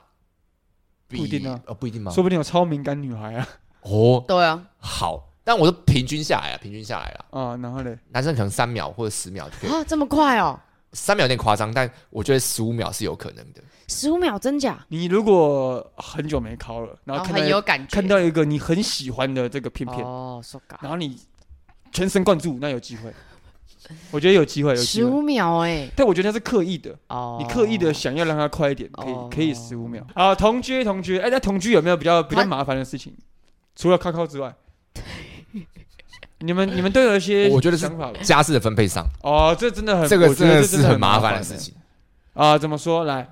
Speaker 1: 比
Speaker 2: 不一定啊
Speaker 1: 呃不一定吗？
Speaker 2: 说不定有超敏感女孩啊
Speaker 1: 哦，
Speaker 3: 对啊，
Speaker 1: 好，但我说平均下来啊，平均下来啦，
Speaker 2: 啊，然后嘞，
Speaker 1: 男生可能三秒或者十秒就可以，
Speaker 3: 啊这么快哦，
Speaker 1: 三秒有点夸张，但我觉得十五秒是有可能的。
Speaker 3: 十五秒真假？
Speaker 2: 你如果很久没考了，然
Speaker 3: 然
Speaker 2: 后
Speaker 3: 后
Speaker 2: 看到
Speaker 3: 哦很有感觉，
Speaker 2: 看到一个你很喜欢的这个片片，
Speaker 3: 哦，说嘎，
Speaker 2: 然后你全神贯注，那有机会，我觉得有机会，有机
Speaker 3: 十
Speaker 2: 会。
Speaker 3: 五秒哎，
Speaker 2: 但我觉得他是刻意的，
Speaker 3: 哦，
Speaker 2: 你刻意的想要让他快一点，可以
Speaker 3: 哦
Speaker 2: 可以十五秒。好，同居同居，哎，那同居有没有比较比较
Speaker 3: 他
Speaker 2: 麻烦的事情？除了靠靠之外，你们你们都有一些
Speaker 1: 我觉得是
Speaker 2: 想法吧？
Speaker 1: 家事的分配上，
Speaker 2: 哦，这真的很，
Speaker 1: 这个
Speaker 2: 我觉
Speaker 1: 真
Speaker 2: 得
Speaker 1: 的
Speaker 2: 这
Speaker 1: 是
Speaker 2: 真的
Speaker 1: 很麻
Speaker 2: 烦
Speaker 1: 烦的事情。
Speaker 2: 啊。怎么说？来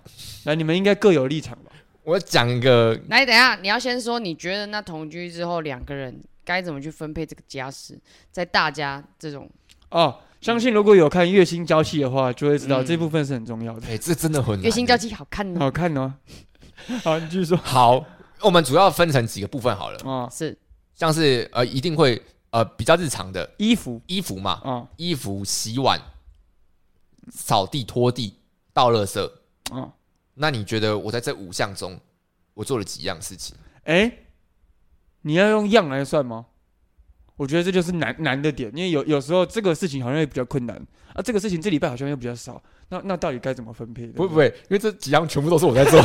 Speaker 2: 来，你们应该各有立场吧？
Speaker 1: 我讲一个
Speaker 3: 来，等一下，你要先说，你觉得那同居之后两个人该怎么去分配这个家事，在大家这种
Speaker 2: 哦，相信如果有看《月薪娇妻》的话，就会知道
Speaker 1: 嗯
Speaker 2: 这部分是很重要的
Speaker 1: 哎、。这真的很难
Speaker 3: 月薪娇妻好看呢？
Speaker 2: 好看哦，好，你继续说
Speaker 1: 好，我们主要分成几个部分好了，
Speaker 2: 啊，
Speaker 3: 是
Speaker 1: 像是呃，一定会呃比较日常的
Speaker 2: 衣服
Speaker 1: 衣服嘛，
Speaker 2: 啊
Speaker 1: 衣服、洗碗、扫地、拖地、倒垃圾。嗯
Speaker 2: 啊，
Speaker 1: 那你觉得我在这五项中，我做了几样事情？
Speaker 2: 哎，你要用样来算吗？我觉得这就是难难的点，因为有有时候这个事情好像也比较困难啊，这个事情这礼拜好像又比较少，那那到底该怎么分配？
Speaker 1: 不会不会，因为这几样全部都是我在做。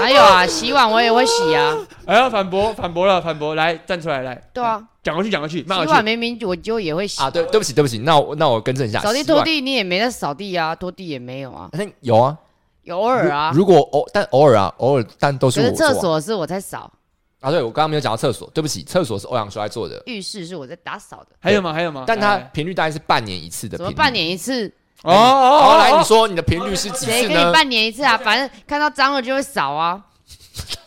Speaker 3: 还有啊，洗碗我也会洗啊，
Speaker 2: 哎呀，反驳反驳了，反驳，来站出来，来，
Speaker 3: 对啊，
Speaker 2: 讲回去讲回去，骂回
Speaker 3: 洗
Speaker 2: 嗯去
Speaker 3: 碗明明我就也会洗
Speaker 1: 啊，对，对不起，对不起，那我那我更正一下，
Speaker 3: 扫地
Speaker 1: 洗碗
Speaker 3: 拖，地你也没在扫地啊，拖地也没有啊，
Speaker 1: 但有啊，
Speaker 3: 有偶尔啊
Speaker 1: 如，如果偶但偶尔啊，偶尔但都是
Speaker 3: 可
Speaker 1: 我
Speaker 3: 是
Speaker 1: 做啊
Speaker 3: 厕所是我在扫，
Speaker 1: 啊，对我刚刚没有讲到厕所，对不起，厕所是欧阳修在做的，
Speaker 3: 浴室是我在打扫的，
Speaker 2: 还有吗？还有吗？
Speaker 1: 但它
Speaker 2: 来
Speaker 1: 频率大概是半年一次的频
Speaker 3: 怎么
Speaker 1: 率。
Speaker 3: 半年一次？
Speaker 2: 哦哦
Speaker 1: 好，
Speaker 2: 哦，
Speaker 1: 来，你
Speaker 2: 哦
Speaker 1: 说你的频率是几
Speaker 3: 谁
Speaker 1: 次
Speaker 3: 跟你
Speaker 1: 呢
Speaker 3: 半年一次啊？反正看到脏了就会扫 啊，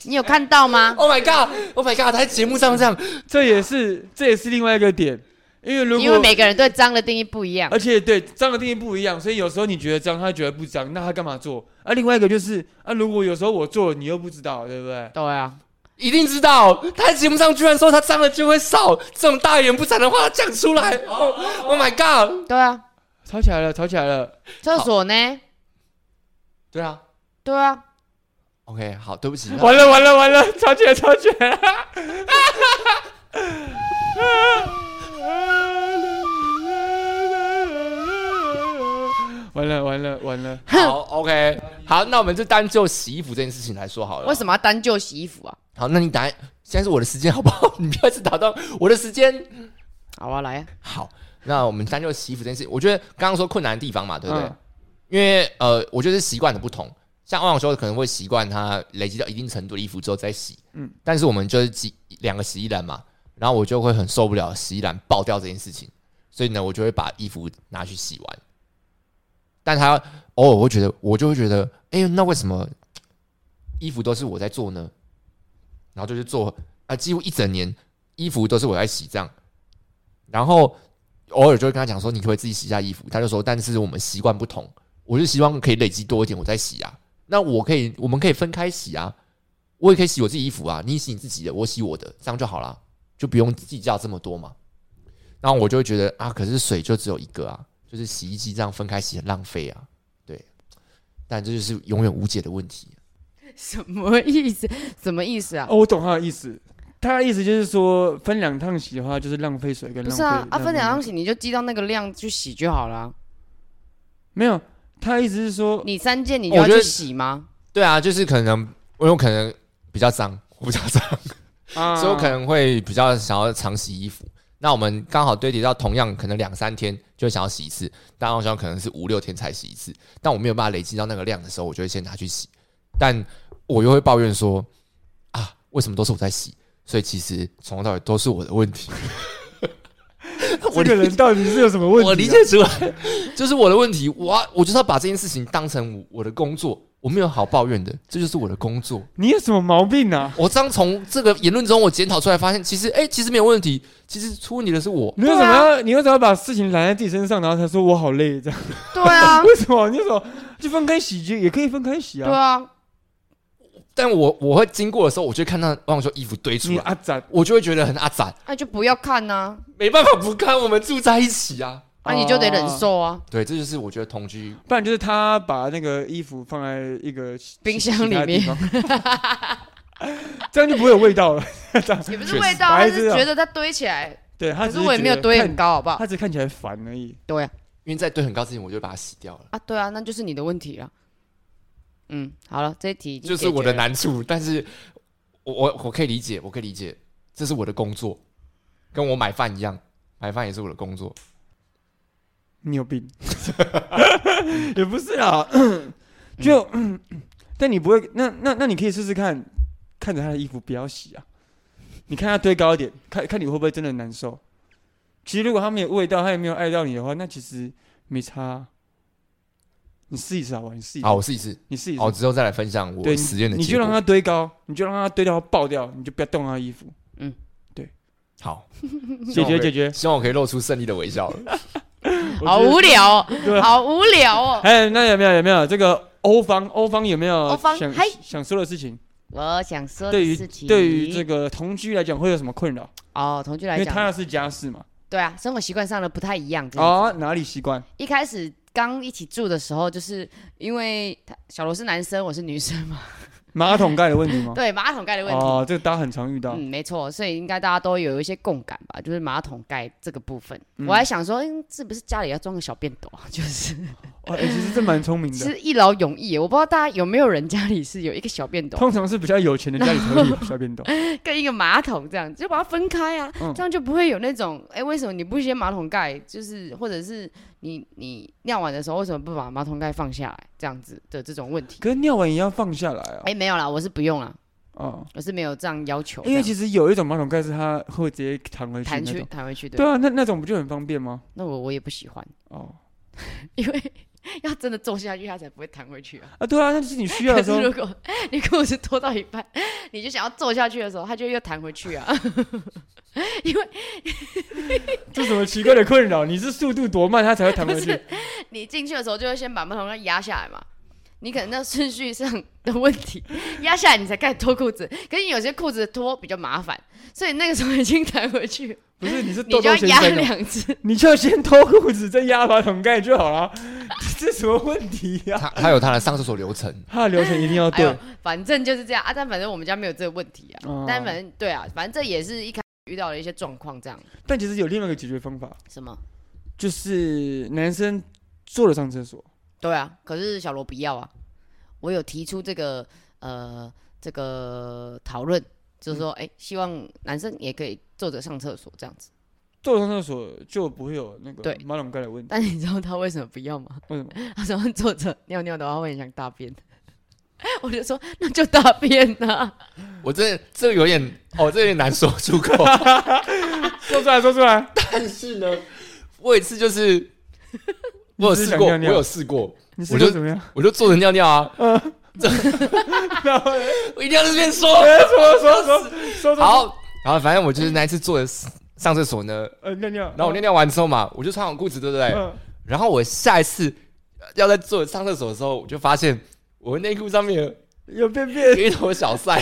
Speaker 3: 你有看到吗？
Speaker 1: ？Oh my god！Oh my god！他在节目上这样，
Speaker 2: 这也是这也是另外一个点，因为如果
Speaker 3: 因为每个人对脏的定义不一样。
Speaker 2: 而且对脏的定义不一样，所以有时候你觉得脏，他觉得不脏，那他干嘛做？啊，另外一个就是啊，如果有时候我做，你又不知道，对不对？
Speaker 3: 对啊，
Speaker 1: 一定知道。他在节目上居然说他脏了就会少，这种大言不惭的话讲出来。Oh, oh my god！
Speaker 3: 对啊，
Speaker 2: 吵起来了，吵起来了，
Speaker 3: 厕所呢？
Speaker 1: 对啊
Speaker 3: 对啊，
Speaker 1: ，OK，好，对不起。那
Speaker 2: 完了完了完了，吵起来吵 起来了。完了完了完了！
Speaker 1: 好，OK，好，那我们就单就洗衣服这件事情来说好了。
Speaker 3: 为什么要单就洗衣服啊？
Speaker 1: 好，那你打，现在是我的时间好不好？ 你不要一直打断我的时间。
Speaker 3: 好啊，来啊，
Speaker 1: 好，那我们单就洗衣服这件事，我觉得刚刚说困难的地方嘛，对不对？
Speaker 2: 嗯
Speaker 1: 因为呃，我觉得是习惯的不同。像欧阳修可能会习惯他累积到一定程度的衣服之后再洗，嗯
Speaker 2: 嗯，
Speaker 1: 但是我们就是几两个洗衣篮嘛，然后我就会很受不了洗衣篮爆掉这件事情，所以呢，我就会把衣服拿去洗完。但他偶尔会觉得，我就会觉得，哎、那为什么衣服都是我在做呢？然后就是做啊、几乎一整年衣服都是我在洗这样，然后偶尔就会跟他讲说，你可不可以自己洗一下衣服？他就说，但是我们习惯不同，我就希望可以累积多一点，我再洗啊。那我可以，我们可以分开洗啊，我也可以洗我自己衣服啊，你洗你自己的，我洗我的，这样就好啦，就不用计较这么多嘛。然后我就会觉得啊，可是水就只有一个啊，就是洗衣机这样分开洗很浪费啊，对。但这就是永远无解的问题。
Speaker 3: 什么意思？什么意思啊？
Speaker 2: 哦，我懂他的意思，他的意思就是说分两趟洗的话，就是浪费水跟
Speaker 3: 不
Speaker 2: 浪
Speaker 3: 是
Speaker 2: 费。
Speaker 3: 啊，啊，分两
Speaker 2: 浪
Speaker 3: 样
Speaker 2: 费
Speaker 3: 洗你就记到那个量去洗就好了啊。
Speaker 2: 没有，他的意思是说
Speaker 3: 你三件你就要
Speaker 1: 我觉
Speaker 3: 去
Speaker 1: 得
Speaker 3: 洗吗？
Speaker 1: 对啊，就是可能我有可能比较脏，我比较脏。
Speaker 2: 啊，
Speaker 1: 所以我可能会比较想要常洗衣服。那我们刚好堆叠到同样可能两三天就会想要洗一次，但好像可能是五六天才洗一次。但我没有办法累积到那个量的时候，我就会先拿去洗。但我又会抱怨说啊，为什么都是我在洗？所以其实从头到尾都是我的问题。我
Speaker 2: 这
Speaker 1: 理
Speaker 2: 个人到底是有什么问题啊？
Speaker 1: 我理解出来，就是我的问题。我我就是要把这件事情当成我的工作，我没有好抱怨的，这就是我的工作。
Speaker 2: 你有什么毛病啊？
Speaker 1: 我刚从这个言论中我检讨出来，发现其实哎、其实没有问题，其实出问题的是我。
Speaker 2: 你为什么
Speaker 3: 啊
Speaker 2: 要、你为什么要把事情揽在自己身上，然后他说我好累这样？，
Speaker 3: 对啊
Speaker 2: 为什么？你为什么就分开洗就也可以分开洗
Speaker 3: 对
Speaker 2: 啊？
Speaker 3: 啊，
Speaker 1: 但我我会经过的时候，我就会看到汪秋衣服堆出
Speaker 2: 你
Speaker 1: 来，
Speaker 2: 阿展
Speaker 1: 我就会觉得很阿展，
Speaker 3: 那就不要看呐、
Speaker 1: 没办法不看，我们住在一起啊。
Speaker 3: 那你就得忍受啊。
Speaker 1: 对，这就是我觉得同居
Speaker 2: 不然就是他把那个衣服放在一个其
Speaker 3: 冰箱里，面
Speaker 2: 其他地方这样就不会有味道了。
Speaker 3: 也不
Speaker 1: 确
Speaker 3: 是
Speaker 1: 实
Speaker 3: 味道，他
Speaker 2: 白痴
Speaker 3: 是
Speaker 2: 啊
Speaker 3: 觉得它堆起来，
Speaker 2: 对，他只
Speaker 3: 可是我也没有
Speaker 2: 觉得
Speaker 3: 堆
Speaker 2: 看
Speaker 3: 很，高，好不好？
Speaker 2: 他只是看起来烦而已。
Speaker 3: 对啊，
Speaker 1: 因为在堆很高之前，我就把它洗掉了，
Speaker 3: 啊对啊，那就是你的问题了。嗯，好了，这一题已经
Speaker 1: 就是
Speaker 3: 解决
Speaker 1: 我的
Speaker 3: 了
Speaker 1: 难处。但是我我我可以理解，我可以理解，这是我的工作，跟我买饭一样，买饭也是我的工作。
Speaker 2: 你有 病，也不是啦，
Speaker 1: 嗯
Speaker 2: 就但你不会，那那那你可以试试看，看着他的衣服不要洗啊，你看他堆高一点，看看你会不会真的难受。其实如果他没有味道，他也没有爱到你的话，那其实没差啊。你试一试好不好？你试一试
Speaker 1: 好，，我试一试。
Speaker 2: 你试一试
Speaker 1: 好，，之后再来分享我
Speaker 2: 对
Speaker 1: 实验的
Speaker 2: 你
Speaker 1: 结
Speaker 2: 就让
Speaker 1: 果。
Speaker 2: 他堆高，你就让他堆到爆掉，你就不要动他的衣服，
Speaker 1: 好，
Speaker 2: 解
Speaker 1: 希望我
Speaker 2: 决
Speaker 1: 可
Speaker 2: 解
Speaker 1: 以，
Speaker 2: 决。
Speaker 1: 希望我可以露出胜利的微 笑了。
Speaker 3: 好无聊哦，
Speaker 2: 对啊
Speaker 3: 好无聊哦。
Speaker 2: 哎，那有没有有没有这个欧方欧方有没有
Speaker 3: 欧方
Speaker 2: 想
Speaker 3: 嗨
Speaker 2: 想说的事情？
Speaker 3: 我想说
Speaker 2: 对
Speaker 3: 的
Speaker 2: 于
Speaker 3: 事情，
Speaker 2: 对于这个同居来讲会有什么困扰？
Speaker 3: 哦，同居
Speaker 2: 因
Speaker 3: 来
Speaker 2: 为他
Speaker 3: 讲，
Speaker 2: 要是家事嘛，
Speaker 3: 对啊，生活习惯上的不太一样。这样子
Speaker 2: 啊，哪里习惯？
Speaker 3: 一开始刚一起住的时候，就是因为他小罗是男生，我是女生嘛，
Speaker 2: 马桶盖的问题吗？
Speaker 3: 对马桶盖的问题。
Speaker 2: 哦，这个大家很常遇到。
Speaker 3: 嗯，没错，所以应该大家都有一些共感吧，就是马桶盖这个部分。
Speaker 2: 嗯
Speaker 3: 我还想说，嗯，是不是家里要装个小便斗啊？ 就是
Speaker 2: 哦，哎其实这蛮聪明
Speaker 3: 其
Speaker 2: 的，
Speaker 3: 实一劳永逸耶。我不知道大家有没有人家里是有一个小便斗，
Speaker 2: 通常是比较有钱的家里才 会有小便斗。
Speaker 3: 跟一个马桶这样，就把它分开啊，
Speaker 2: 嗯
Speaker 3: 这样就不会有那种，哎、为什么你不掀马桶盖？就是或者是你你尿完的时候，为什么不把马桶盖放下来？这样子的这种问题。
Speaker 2: 可是尿完也要放下来
Speaker 3: 哎、没有啦，我是不用啦，
Speaker 2: 啊，啊，
Speaker 3: 我是没有这样要求。
Speaker 2: 因为
Speaker 3: 这
Speaker 2: 其
Speaker 3: 样
Speaker 2: 实有一种马桶盖是它会直接弹回去
Speaker 3: 弹
Speaker 2: 那
Speaker 3: 去
Speaker 2: 种。
Speaker 3: 弹回去的，
Speaker 2: 对啊，那那种不就很方便吗？
Speaker 3: 那我我也不喜欢，
Speaker 2: 哦，
Speaker 3: 因为要真的坐下去，它才不会弹回去啊。
Speaker 2: 啊，对啊，那就是你需要
Speaker 3: 可
Speaker 2: 的时
Speaker 3: 是
Speaker 2: 候
Speaker 3: 如果你裤子脱到一半，你就想要坐下去的时候，它就又弹回去啊。因为
Speaker 2: 这什么奇怪的困扰？你是速度多慢，它才会弹回
Speaker 3: 不
Speaker 2: 去
Speaker 3: 是？你进去的时候就会先把马桶盖压下来嘛，你可能那顺序上的问题，压下来你才开始脱裤子。可是你有些裤子脱比较麻烦，所以那个时候已经弹回 去，
Speaker 2: 不是，你是
Speaker 3: 你
Speaker 2: 豆豆
Speaker 3: 就要
Speaker 2: 先
Speaker 3: 压
Speaker 2: 生哦。
Speaker 3: 两次。
Speaker 2: 你就先脱裤子，再压马桶盖就好了。 这什么问题呀、
Speaker 1: 他他有他的上厕所流程，
Speaker 2: 它啊的流程一定要
Speaker 3: 哎
Speaker 2: 对
Speaker 3: 呦。，反正就是这样啊。但反正我们家没有这个问题啊。
Speaker 2: 嗯
Speaker 3: 但反正对啊，反正这也是一开始遇到了一些状况，这样
Speaker 2: 但其实有另外一个解决方法，
Speaker 3: 什么？
Speaker 2: 就是男生坐着上厕所，
Speaker 3: 对啊，可是小罗不要啊。我有提出这个呃这个讨论，就
Speaker 2: 嗯
Speaker 3: 是说，哎、希望男生也可以坐着上厕所这样子。
Speaker 2: 坐着上厕所就不会有那个
Speaker 3: 对
Speaker 2: 马桶盖的问题。
Speaker 3: 但你知道他为什么不要吗？
Speaker 2: 为什
Speaker 1: 嗯
Speaker 2: 么？
Speaker 3: 他说坐着尿尿的话会很想大便。 我就说那就大便啊呐、
Speaker 1: 我这这有点哦，这有点难说出口。
Speaker 2: 说出来，说出来。
Speaker 1: 但是呢，我有一次 就是，我有
Speaker 2: 你是
Speaker 1: 试
Speaker 2: 想
Speaker 1: 过，
Speaker 2: 尿尿
Speaker 1: 我有试过，
Speaker 2: 你
Speaker 1: 我
Speaker 2: 试
Speaker 1: 就
Speaker 2: 过怎么样？
Speaker 1: 我就坐着尿尿啊，
Speaker 2: 然后
Speaker 1: 我一定要在这边说。
Speaker 2: 哎 说说说说说。，
Speaker 1: 好，然后反正我就是那一次坐着上厕所呢，
Speaker 2: 呃，尿尿。
Speaker 1: 然后我尿尿完之后嘛，我就穿好裤子，对不对？
Speaker 2: 嗯，
Speaker 1: 然后我下一次呃要在坐着上厕所的时候，我就发现我内裤上面
Speaker 2: 有便便
Speaker 1: 有。一坨小塞，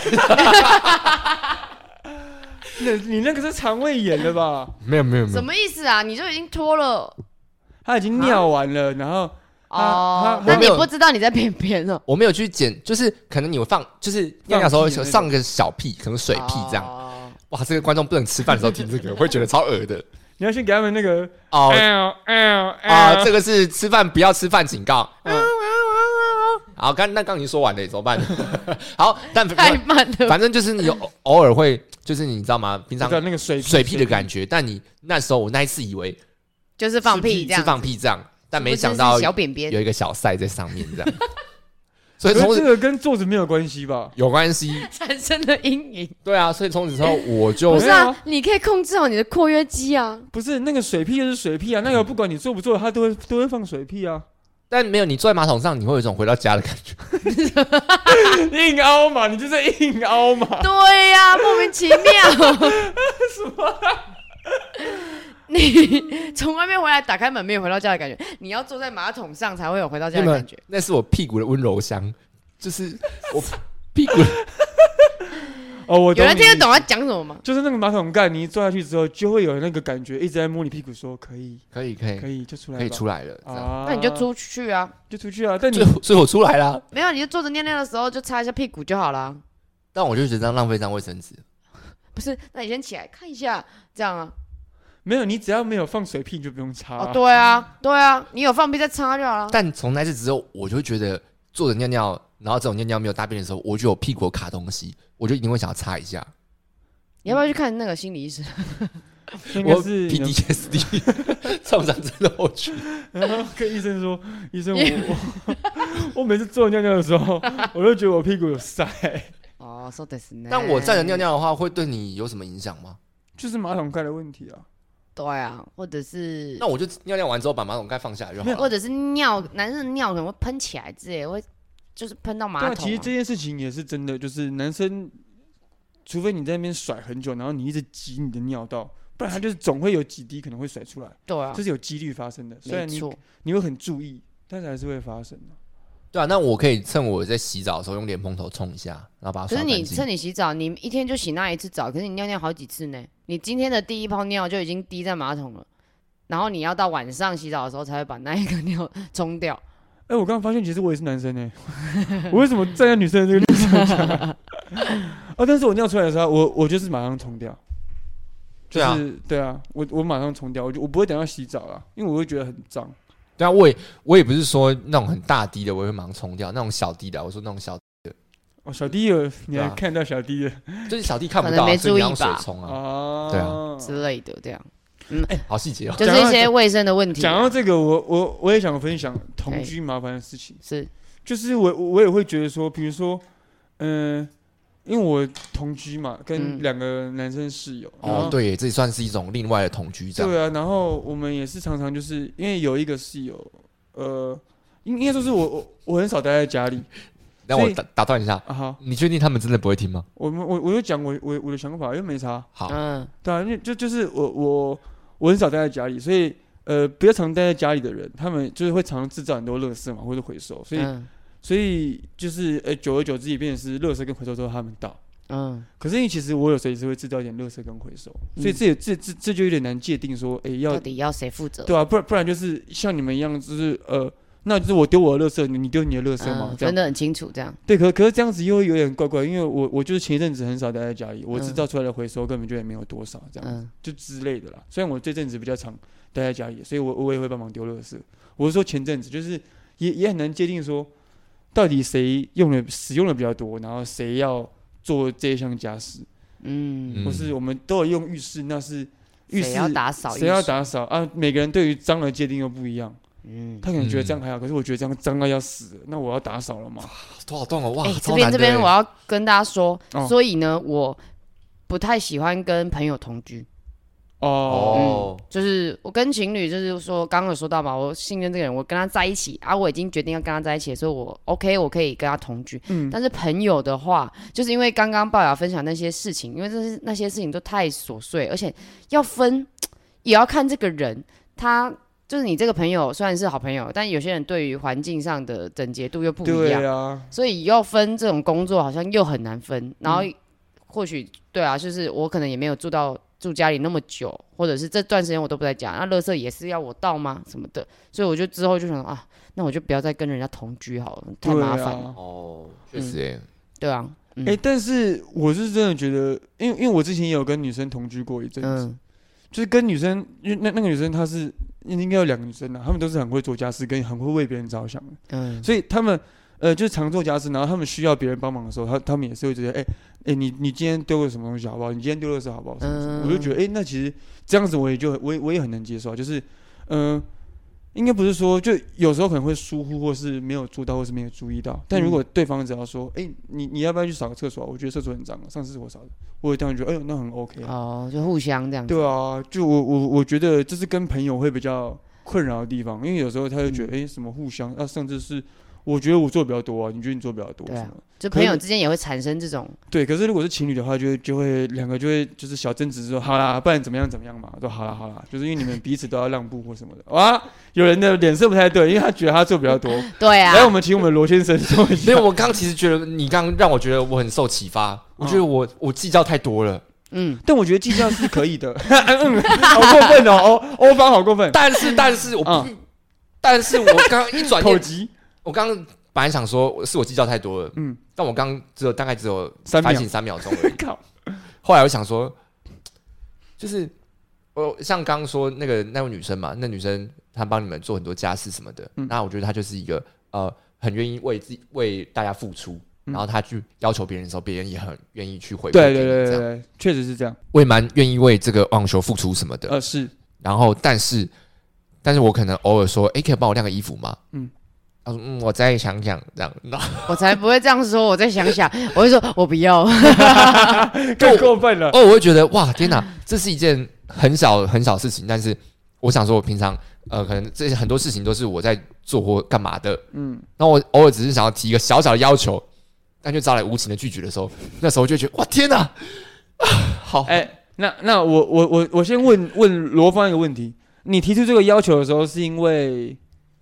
Speaker 2: 那你那个是肠胃炎了吧？
Speaker 1: 没有没有没
Speaker 3: 什
Speaker 1: 有，
Speaker 3: 么意思啊？你就已经脱了
Speaker 2: 他已经尿完了，然后啊
Speaker 3: 哦
Speaker 2: 他，
Speaker 3: 那
Speaker 1: 我
Speaker 3: 你
Speaker 1: 没有
Speaker 3: 不知道你在便便哦了？
Speaker 1: 我没有去捡，就是可能你有放，就是尿尿的时
Speaker 2: 放
Speaker 1: 候
Speaker 2: 屁的那种
Speaker 1: 上个小屁，可能水屁这样。
Speaker 3: 哦
Speaker 1: 哇，这个观众不能吃饭的时候听这个，会觉得超恶 的
Speaker 2: 你要先给他们那个
Speaker 1: 哦
Speaker 2: 哎呦哎呦哎
Speaker 1: 啊！
Speaker 3: 嗯
Speaker 2: 呦
Speaker 1: 这个是吃饭不要吃饭警告。
Speaker 2: 嗯
Speaker 1: 好，刚那刚已经说完了，怎么办？ 好，但
Speaker 3: 嗯太慢了。
Speaker 1: 反正就是你有偶偶尔会，就是你知道吗？平常
Speaker 2: 的那个水
Speaker 1: 水屁的感
Speaker 2: 觉，
Speaker 1: 觉，但你那时候我那一次以为
Speaker 3: 就是放屁这样
Speaker 1: 是
Speaker 3: 子，
Speaker 1: 放屁这样，但没想
Speaker 3: 不
Speaker 1: 到
Speaker 3: 是是小便便
Speaker 1: 有一个小塞在上面这 样，所以
Speaker 2: 可
Speaker 1: 从
Speaker 2: 是这
Speaker 1: 此
Speaker 2: 个跟坐着没有关系吧？
Speaker 1: 有关系，
Speaker 3: 产生的阴影。
Speaker 1: 对啊，所以从此之后我就
Speaker 3: 不
Speaker 2: 没
Speaker 3: 是
Speaker 2: 有
Speaker 3: 啊
Speaker 2: 啊，
Speaker 3: 你可以控制好你的括约肌啊。
Speaker 2: 不是那个水屁就是水屁啊，那
Speaker 1: 嗯
Speaker 2: 个不管你做不做，它都会都会放水屁啊。
Speaker 1: 但没有你坐在马桶上，你会有一种回到家的感觉，
Speaker 2: 硬凹嘛，你就是硬凹嘛。
Speaker 3: 对呀、莫 名其妙。什么？
Speaker 1: 啊
Speaker 3: 你从外面回来，打开门没有回到家的感觉，你要坐在马桶上才会有回到家
Speaker 1: 你
Speaker 3: 的感
Speaker 1: 们
Speaker 3: 觉。
Speaker 1: 那是我屁股的温柔乡，就是我屁 股
Speaker 2: 哦，我
Speaker 3: 有人听得
Speaker 2: 你
Speaker 3: 懂他讲什么吗？
Speaker 2: 就是那个马桶盖，你坐下去之后，就会有那个感觉一直在摸你屁股，说可以，
Speaker 1: 可以可以
Speaker 2: 可以，就出来吧，
Speaker 1: 可以出来了，这样
Speaker 2: 啊，
Speaker 3: 那你就出去啊，
Speaker 2: 就出去啊。但你
Speaker 1: 所以所以我出来啦，
Speaker 3: 没有你就坐着尿尿的时候就擦一下屁股就好了。
Speaker 1: 但我就觉得这样浪费一张卫生纸。
Speaker 3: 不是，那你先起来看一下，这样啊？
Speaker 2: 没有，你只要没有放水屁，你就不用擦
Speaker 3: 哦，
Speaker 2: 啊。
Speaker 3: 对啊，对啊，你有放屁再擦就好了。
Speaker 1: 但从那次之后，我就会觉得坐着尿尿，然后这种尿尿没有大便的时候，我就有屁股有卡东西，我就一定会想要擦一下。
Speaker 3: 你要不要去看那个心理医生？
Speaker 2: 那应
Speaker 1: 我
Speaker 2: 该是你的
Speaker 1: PDSD 创伤症候 群，
Speaker 2: 然后跟医生说：“医生，我我 我每次做尿尿的时候，我就觉得我屁股有塞，
Speaker 3: 哦，说的是。
Speaker 1: 但我站着尿。尿的话，会对你有什么影响吗？
Speaker 2: 就是马桶盖的问题啊。
Speaker 3: 对啊，或者是
Speaker 1: 那我就尿尿完之后把马桶盖放下来就好
Speaker 3: 或
Speaker 1: 了。
Speaker 3: 者是尿，男生的尿可能会喷起来之类，会就是喷到马
Speaker 2: 对
Speaker 3: 桶、
Speaker 2: 啊，
Speaker 3: 啊。
Speaker 2: 其实这件事情也是真的，就是男生，除非你在那边甩很久，然后你一直挤你的尿道，不然他就是总会有几滴可能会甩出来，
Speaker 3: 对啊
Speaker 2: 这，是有几率发生的。虽
Speaker 3: 没
Speaker 2: 然你
Speaker 3: 错。
Speaker 2: 你会很注意，但是还是会发生的。
Speaker 1: 对啊，那我可以趁我在洗澡的时候用脸盆头冲一下，然后
Speaker 2: 啊
Speaker 1: 把它刷
Speaker 3: 可是
Speaker 1: 干
Speaker 3: 你
Speaker 1: 净
Speaker 3: 趁。你洗澡，你一天就洗那一次澡，可是你尿尿好几次呢。你今天的第一泡尿就已经滴在马桶了，然后你要到晚上洗澡的时候才会把那一个尿冲掉。
Speaker 2: 哎、我刚刚发现其实我也是男生哎、 我为什么站在女生的这个立场讲啊？ 哦，但是我尿出来的时候，我我就是马上冲掉。就
Speaker 1: 对啊
Speaker 2: 是对啊，我我马上冲掉，我就我不会等到洗澡啦，因为我会觉得很脏。
Speaker 1: 对啊，我也我也不是说那种很大滴的，我会马上冲掉；那种小滴的，我说那种小
Speaker 2: 哦，小弟有，你
Speaker 1: 对
Speaker 2: 还
Speaker 1: 啊
Speaker 2: 看到小弟的
Speaker 1: 就是小弟看不
Speaker 3: 可
Speaker 1: 到、啊，
Speaker 3: 能没
Speaker 1: 所以你要
Speaker 3: 注
Speaker 1: 用水
Speaker 3: 意吧哦
Speaker 1: 冲啊，
Speaker 2: 啊
Speaker 1: 对啊
Speaker 3: 之类的，这样
Speaker 1: 好细节哦。
Speaker 3: 就是一些卫生的问题
Speaker 2: 讲
Speaker 3: 啊。
Speaker 2: 到这个，我我我也想分享同居麻烦的事情，
Speaker 3: 是
Speaker 2: 就是我我也会觉得说，比如说，嗯、因为我同居嘛，跟
Speaker 3: 嗯
Speaker 2: 两个男生室友，然
Speaker 1: 哦
Speaker 2: 后，
Speaker 1: 对，这也算是一种另外的同居这样。
Speaker 2: 嗯对啊，然后我们也是常常就是因为有一个室友，呃，应应该说是我我我很少待在家里
Speaker 1: 那我
Speaker 2: 所以
Speaker 1: 打打断一下，
Speaker 2: 啊哈，
Speaker 1: 你确定他们真的不会听吗？
Speaker 2: 我们我我就讲我我我的想法，又没啥，
Speaker 1: 好，
Speaker 3: 嗯，
Speaker 2: 对啊，因为就就是我我我很少待在家里，所以呃比较常待在家里的人，他们就是会常常制造很多垃圾嘛，或者回收，所以、
Speaker 3: 嗯
Speaker 2: 所以就是呃久而久之也变成是垃圾跟回收都是他们倒。
Speaker 3: 嗯，
Speaker 2: 可是因为其实我有时候也是会制造一点垃圾跟回收，所以这也这这这就有点难界定说，哎、要
Speaker 3: 到底要谁负责？
Speaker 2: 对啊，不然不然就是像你们一样，就是呃，那就是我丢我的垃圾，你你丢你的垃圾啊嘛，
Speaker 3: 嗯，
Speaker 2: 这
Speaker 3: 分
Speaker 2: 样
Speaker 3: 得很清楚，这样。
Speaker 2: 对。可可是这样子又会有点怪怪，因为我我就是前一阵子很少待在家里，我
Speaker 3: 嗯
Speaker 2: 制造出来的回收根本就也没有多少，这样子、
Speaker 3: 嗯，
Speaker 2: 就之类的啦。虽然我这阵子比较常待在家里，所以我我也会帮忙丢垃圾。我是说前阵子，就是也也很难界定说到底谁用的使用的比较多，然后谁要做这一项家事，
Speaker 3: 嗯，
Speaker 1: 嗯
Speaker 2: 或是我们都有用浴室，那是浴室
Speaker 3: 谁要打扫？
Speaker 2: 谁要？打扫啊？每个人对于脏的界定又不一样。
Speaker 3: 嗯，
Speaker 2: 他可能觉得这样还好，可是我觉得这样脏到要死，那我要打扫了嘛？
Speaker 1: 多少栋哦，哇
Speaker 3: 哎，，这
Speaker 1: 超
Speaker 3: 边
Speaker 1: 难
Speaker 3: 这
Speaker 1: 的
Speaker 3: 边我
Speaker 1: 欸。
Speaker 3: 要跟大家说，
Speaker 2: 哦
Speaker 3: 所以呢，我不太喜欢跟朋友同居。
Speaker 2: 哦，
Speaker 1: 哦，
Speaker 3: 就是我跟情侣，就是说刚刚有说到嘛，我信任这个人，我跟他在一起啊，我已经决定要跟他在一起了，所以我 OK，我可以跟他同居。
Speaker 2: 嗯，
Speaker 3: 但是朋友的话，就是因为刚刚龅牙分享那些事情，因为这是那些事情都太琐碎，而且要分也要看这个人，他就是你这个朋友虽然是好朋友，但有些人对于环境上的整洁度又不一
Speaker 2: 对
Speaker 3: 样，
Speaker 2: 啊，
Speaker 3: 所以要分这种工作好像又很难
Speaker 2: 嗯
Speaker 3: 分，然后或许对啊，就是我可能也没有住到住家里那么久，或者是这段时间我都不在家，那垃圾也是要我倒吗？什么的，所以我就之后就想说啊，那我就不要再跟人家同居好了，太
Speaker 2: 对
Speaker 3: 麻烦了，
Speaker 2: 啊。
Speaker 1: 哦，确实哎，
Speaker 3: 对啊，嗯
Speaker 2: 哎，但是我是真的觉得，因为因为我之前也有跟女生同居过一阵子，
Speaker 3: 嗯
Speaker 2: 就是跟女生，因为那那个女生她是应该有两个女生啊，她们都是很会做家事，跟很会为别人着想的，
Speaker 3: 嗯，
Speaker 2: 所以她们。呃，就是常做家事，然后她们需要别人帮忙的时候，她她们也是会觉得，哎、哎、你你今天丢了什么东西好不好？你今天丢了什么好不好？什么什么
Speaker 3: 嗯
Speaker 2: 我就觉得，哎、那其实这样子我也就我也我也很能接受啊，就是，嗯、应该不是说，就有时候可能会疏忽，或是没有做到，或是没有注意到。但如果对方只要说，哎、你你要不要去扫个厕所啊？我觉得厕所很脏，上次我扫的，我也当然觉得，哎、呦，那很 OK 啊。
Speaker 3: 哦，就互相这样子，
Speaker 2: 对啊，就我我我觉得嗯这是跟朋友会比较困扰的地方，因为有时候他会觉得，哎、什么互相，啊，甚至是我觉得我做的比较多啊，你觉得你做的比较多
Speaker 3: 对啊
Speaker 2: 什么？
Speaker 3: 就
Speaker 2: 可
Speaker 3: 朋
Speaker 2: 是
Speaker 3: 友之间也会产生这种，
Speaker 2: 对，可是如果是情侣的话，就会就会两个就会就是小争执说，好啦，不然怎么样怎么样嘛，说好啦好啦，就是因为你们彼此都要让步或什么的。哇，有人的脸色不太对，因为他觉得他做比较多。
Speaker 3: 对啊，
Speaker 2: 来，我们请我们罗先生说一
Speaker 1: 没
Speaker 2: 下
Speaker 1: 有，。我刚刚其实觉得你刚刚让我觉得我很受启发，我觉得我我计较太多了。
Speaker 3: 嗯，
Speaker 2: 但我觉得计较是可以的， 嗯，好过分哦，欧欧方好过分，
Speaker 1: 但是，但是我，
Speaker 2: 嗯
Speaker 1: 但是我刚刚一转
Speaker 2: 口
Speaker 1: 念，
Speaker 2: 急，
Speaker 1: 我刚刚本来想说是我计较太多了，
Speaker 2: 嗯
Speaker 1: 嗯，但我刚刚只有大概只有
Speaker 2: 三秒
Speaker 1: 反省三秒钟而已。
Speaker 2: 靠，
Speaker 1: 后来我想说，就是我像刚刚说那个那位女生嘛，那女生她帮你们做很多家事什么的，
Speaker 2: 嗯
Speaker 1: 那我觉得她就是一个呃很愿意为自己为大家付出，
Speaker 2: 嗯
Speaker 1: 然后她去要求别人的时候，别人也很愿意去回馈
Speaker 2: 对
Speaker 1: 给
Speaker 2: 对
Speaker 1: 你
Speaker 2: 对
Speaker 1: 这
Speaker 2: 对
Speaker 1: 样
Speaker 2: 对，确实是这样，
Speaker 1: 我也蛮愿意为这个网球付出什么的。
Speaker 2: 呃是，
Speaker 1: 然后，但是，但是我可能偶尔说，哎，可以帮我晾个衣服吗？
Speaker 2: 嗯
Speaker 1: 嗯，他说，嗯，我再想想这样。然后，
Speaker 3: 我才不会这样说，我再想想，我会说我不要，
Speaker 2: 更过分了，
Speaker 1: 哦，我会觉得，哇，天哪，这是一件很小很小的事情，但是我想说，我平常呃，可能这些很多事情都是我在做或干嘛的。
Speaker 2: 嗯，
Speaker 1: 那我偶尔只是想要提一个小小的要求，但却招来无情的拒绝的时候，那时候就觉得，哇，天哪，啊、好，
Speaker 2: 哎、那那我我我我先问问罗芳一个问题，你提出这个要求的时候是因为，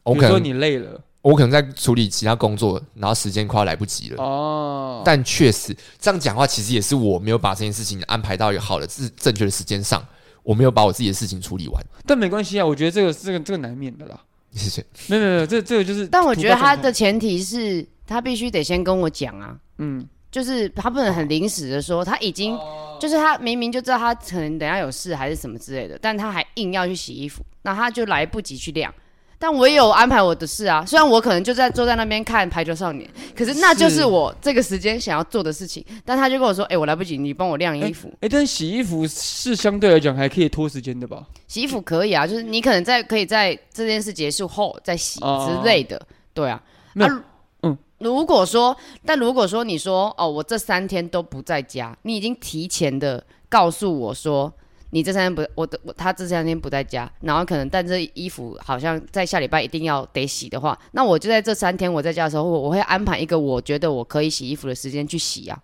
Speaker 1: 我
Speaker 2: 比
Speaker 1: 可
Speaker 2: 如说
Speaker 1: 能
Speaker 2: 你累了，
Speaker 1: 我可能在处理其他工作，然后时间快要来不及了。
Speaker 2: 哦，
Speaker 1: 但确实这样讲话，其实也是我没有把这件事情安排到一个好的、正正确的时间上，我没有把我自己的事情处理完。
Speaker 2: 但没关系啊，我觉得这个这个这个难免的啦，
Speaker 1: 谢谢。
Speaker 2: 没有没有没有，这这个就是突发
Speaker 3: 但
Speaker 2: 状
Speaker 3: 我
Speaker 2: 况，
Speaker 3: 觉得他的前提是他必须得先跟我讲啊，
Speaker 2: 嗯哦
Speaker 3: 就是他不能很临时的说他已经，就是他明明就知道他可能等一下有事还是什么之类的，但他还硬要去洗衣服，那他就来不及去晾。但我也有安排我的事啊，虽然我可能就在坐在那边看《排球少年》，可是那就是
Speaker 2: 是
Speaker 3: 我这个时间想要做的事情。但他就跟我说：“哎、我来不及，你帮我晾衣服。
Speaker 2: 哎、但洗衣服是相对来讲还可以拖时间的吧？
Speaker 3: 洗衣服可
Speaker 2: 嗯
Speaker 3: 以啊，就是你可能在可以在这件事结束后再洗
Speaker 2: 哦
Speaker 3: 之类的，对啊。
Speaker 2: 没有
Speaker 3: 啊
Speaker 2: 嗯，
Speaker 3: 如果说，但如果说你说哦，我这三天都不在家，你已经提前的告诉我说你这三天不，我的我他这三天不在家，然后可能但这衣服好像在下礼拜一定要得洗的话，那我就在这三天我在家的时候，我我会安排一个我觉得我可以洗衣服的时间去洗啊，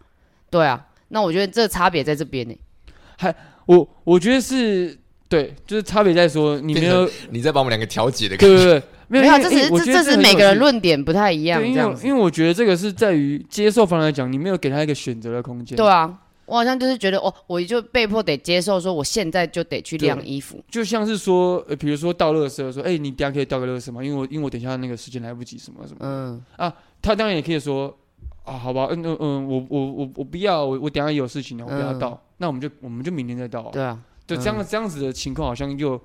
Speaker 3: 对啊，那我觉得这差别在这边呢、欸
Speaker 2: 我我觉得是对，就是差别在说你没有，
Speaker 1: 你再把我们两个调解的感
Speaker 2: 对
Speaker 1: 觉，
Speaker 2: 对对，没有，
Speaker 3: 没有，
Speaker 2: 因为哎
Speaker 3: 这只是
Speaker 2: 因为我
Speaker 3: 这
Speaker 2: 觉得
Speaker 3: 这只是
Speaker 2: 很有
Speaker 3: 每个人
Speaker 2: 趣
Speaker 3: 论点不太一样，
Speaker 2: 对，
Speaker 3: 这
Speaker 2: 因为
Speaker 3: 样
Speaker 2: 我
Speaker 3: 子。
Speaker 2: 因为我觉得这个是在于接受方来讲，你没有给他一个选择的空间。
Speaker 3: 对，啊，我好像就是觉得哦，我就被迫得接受，说我现在就得去晾衣服。
Speaker 2: 就像是说，呃，比如说倒垃圾，说，哎、你等一下可以倒个垃圾吗？因为我因为我等一下那个时间来不及什么什么。
Speaker 3: 嗯，
Speaker 2: 他当然也可以说，啊，好吧，嗯嗯嗯，我我我我不要，我我等一下有事情啊，我不要
Speaker 3: 嗯
Speaker 2: 倒，那我们就我们就明天再倒、啊。
Speaker 3: 对啊，
Speaker 2: 对，这样这样子的情况好像又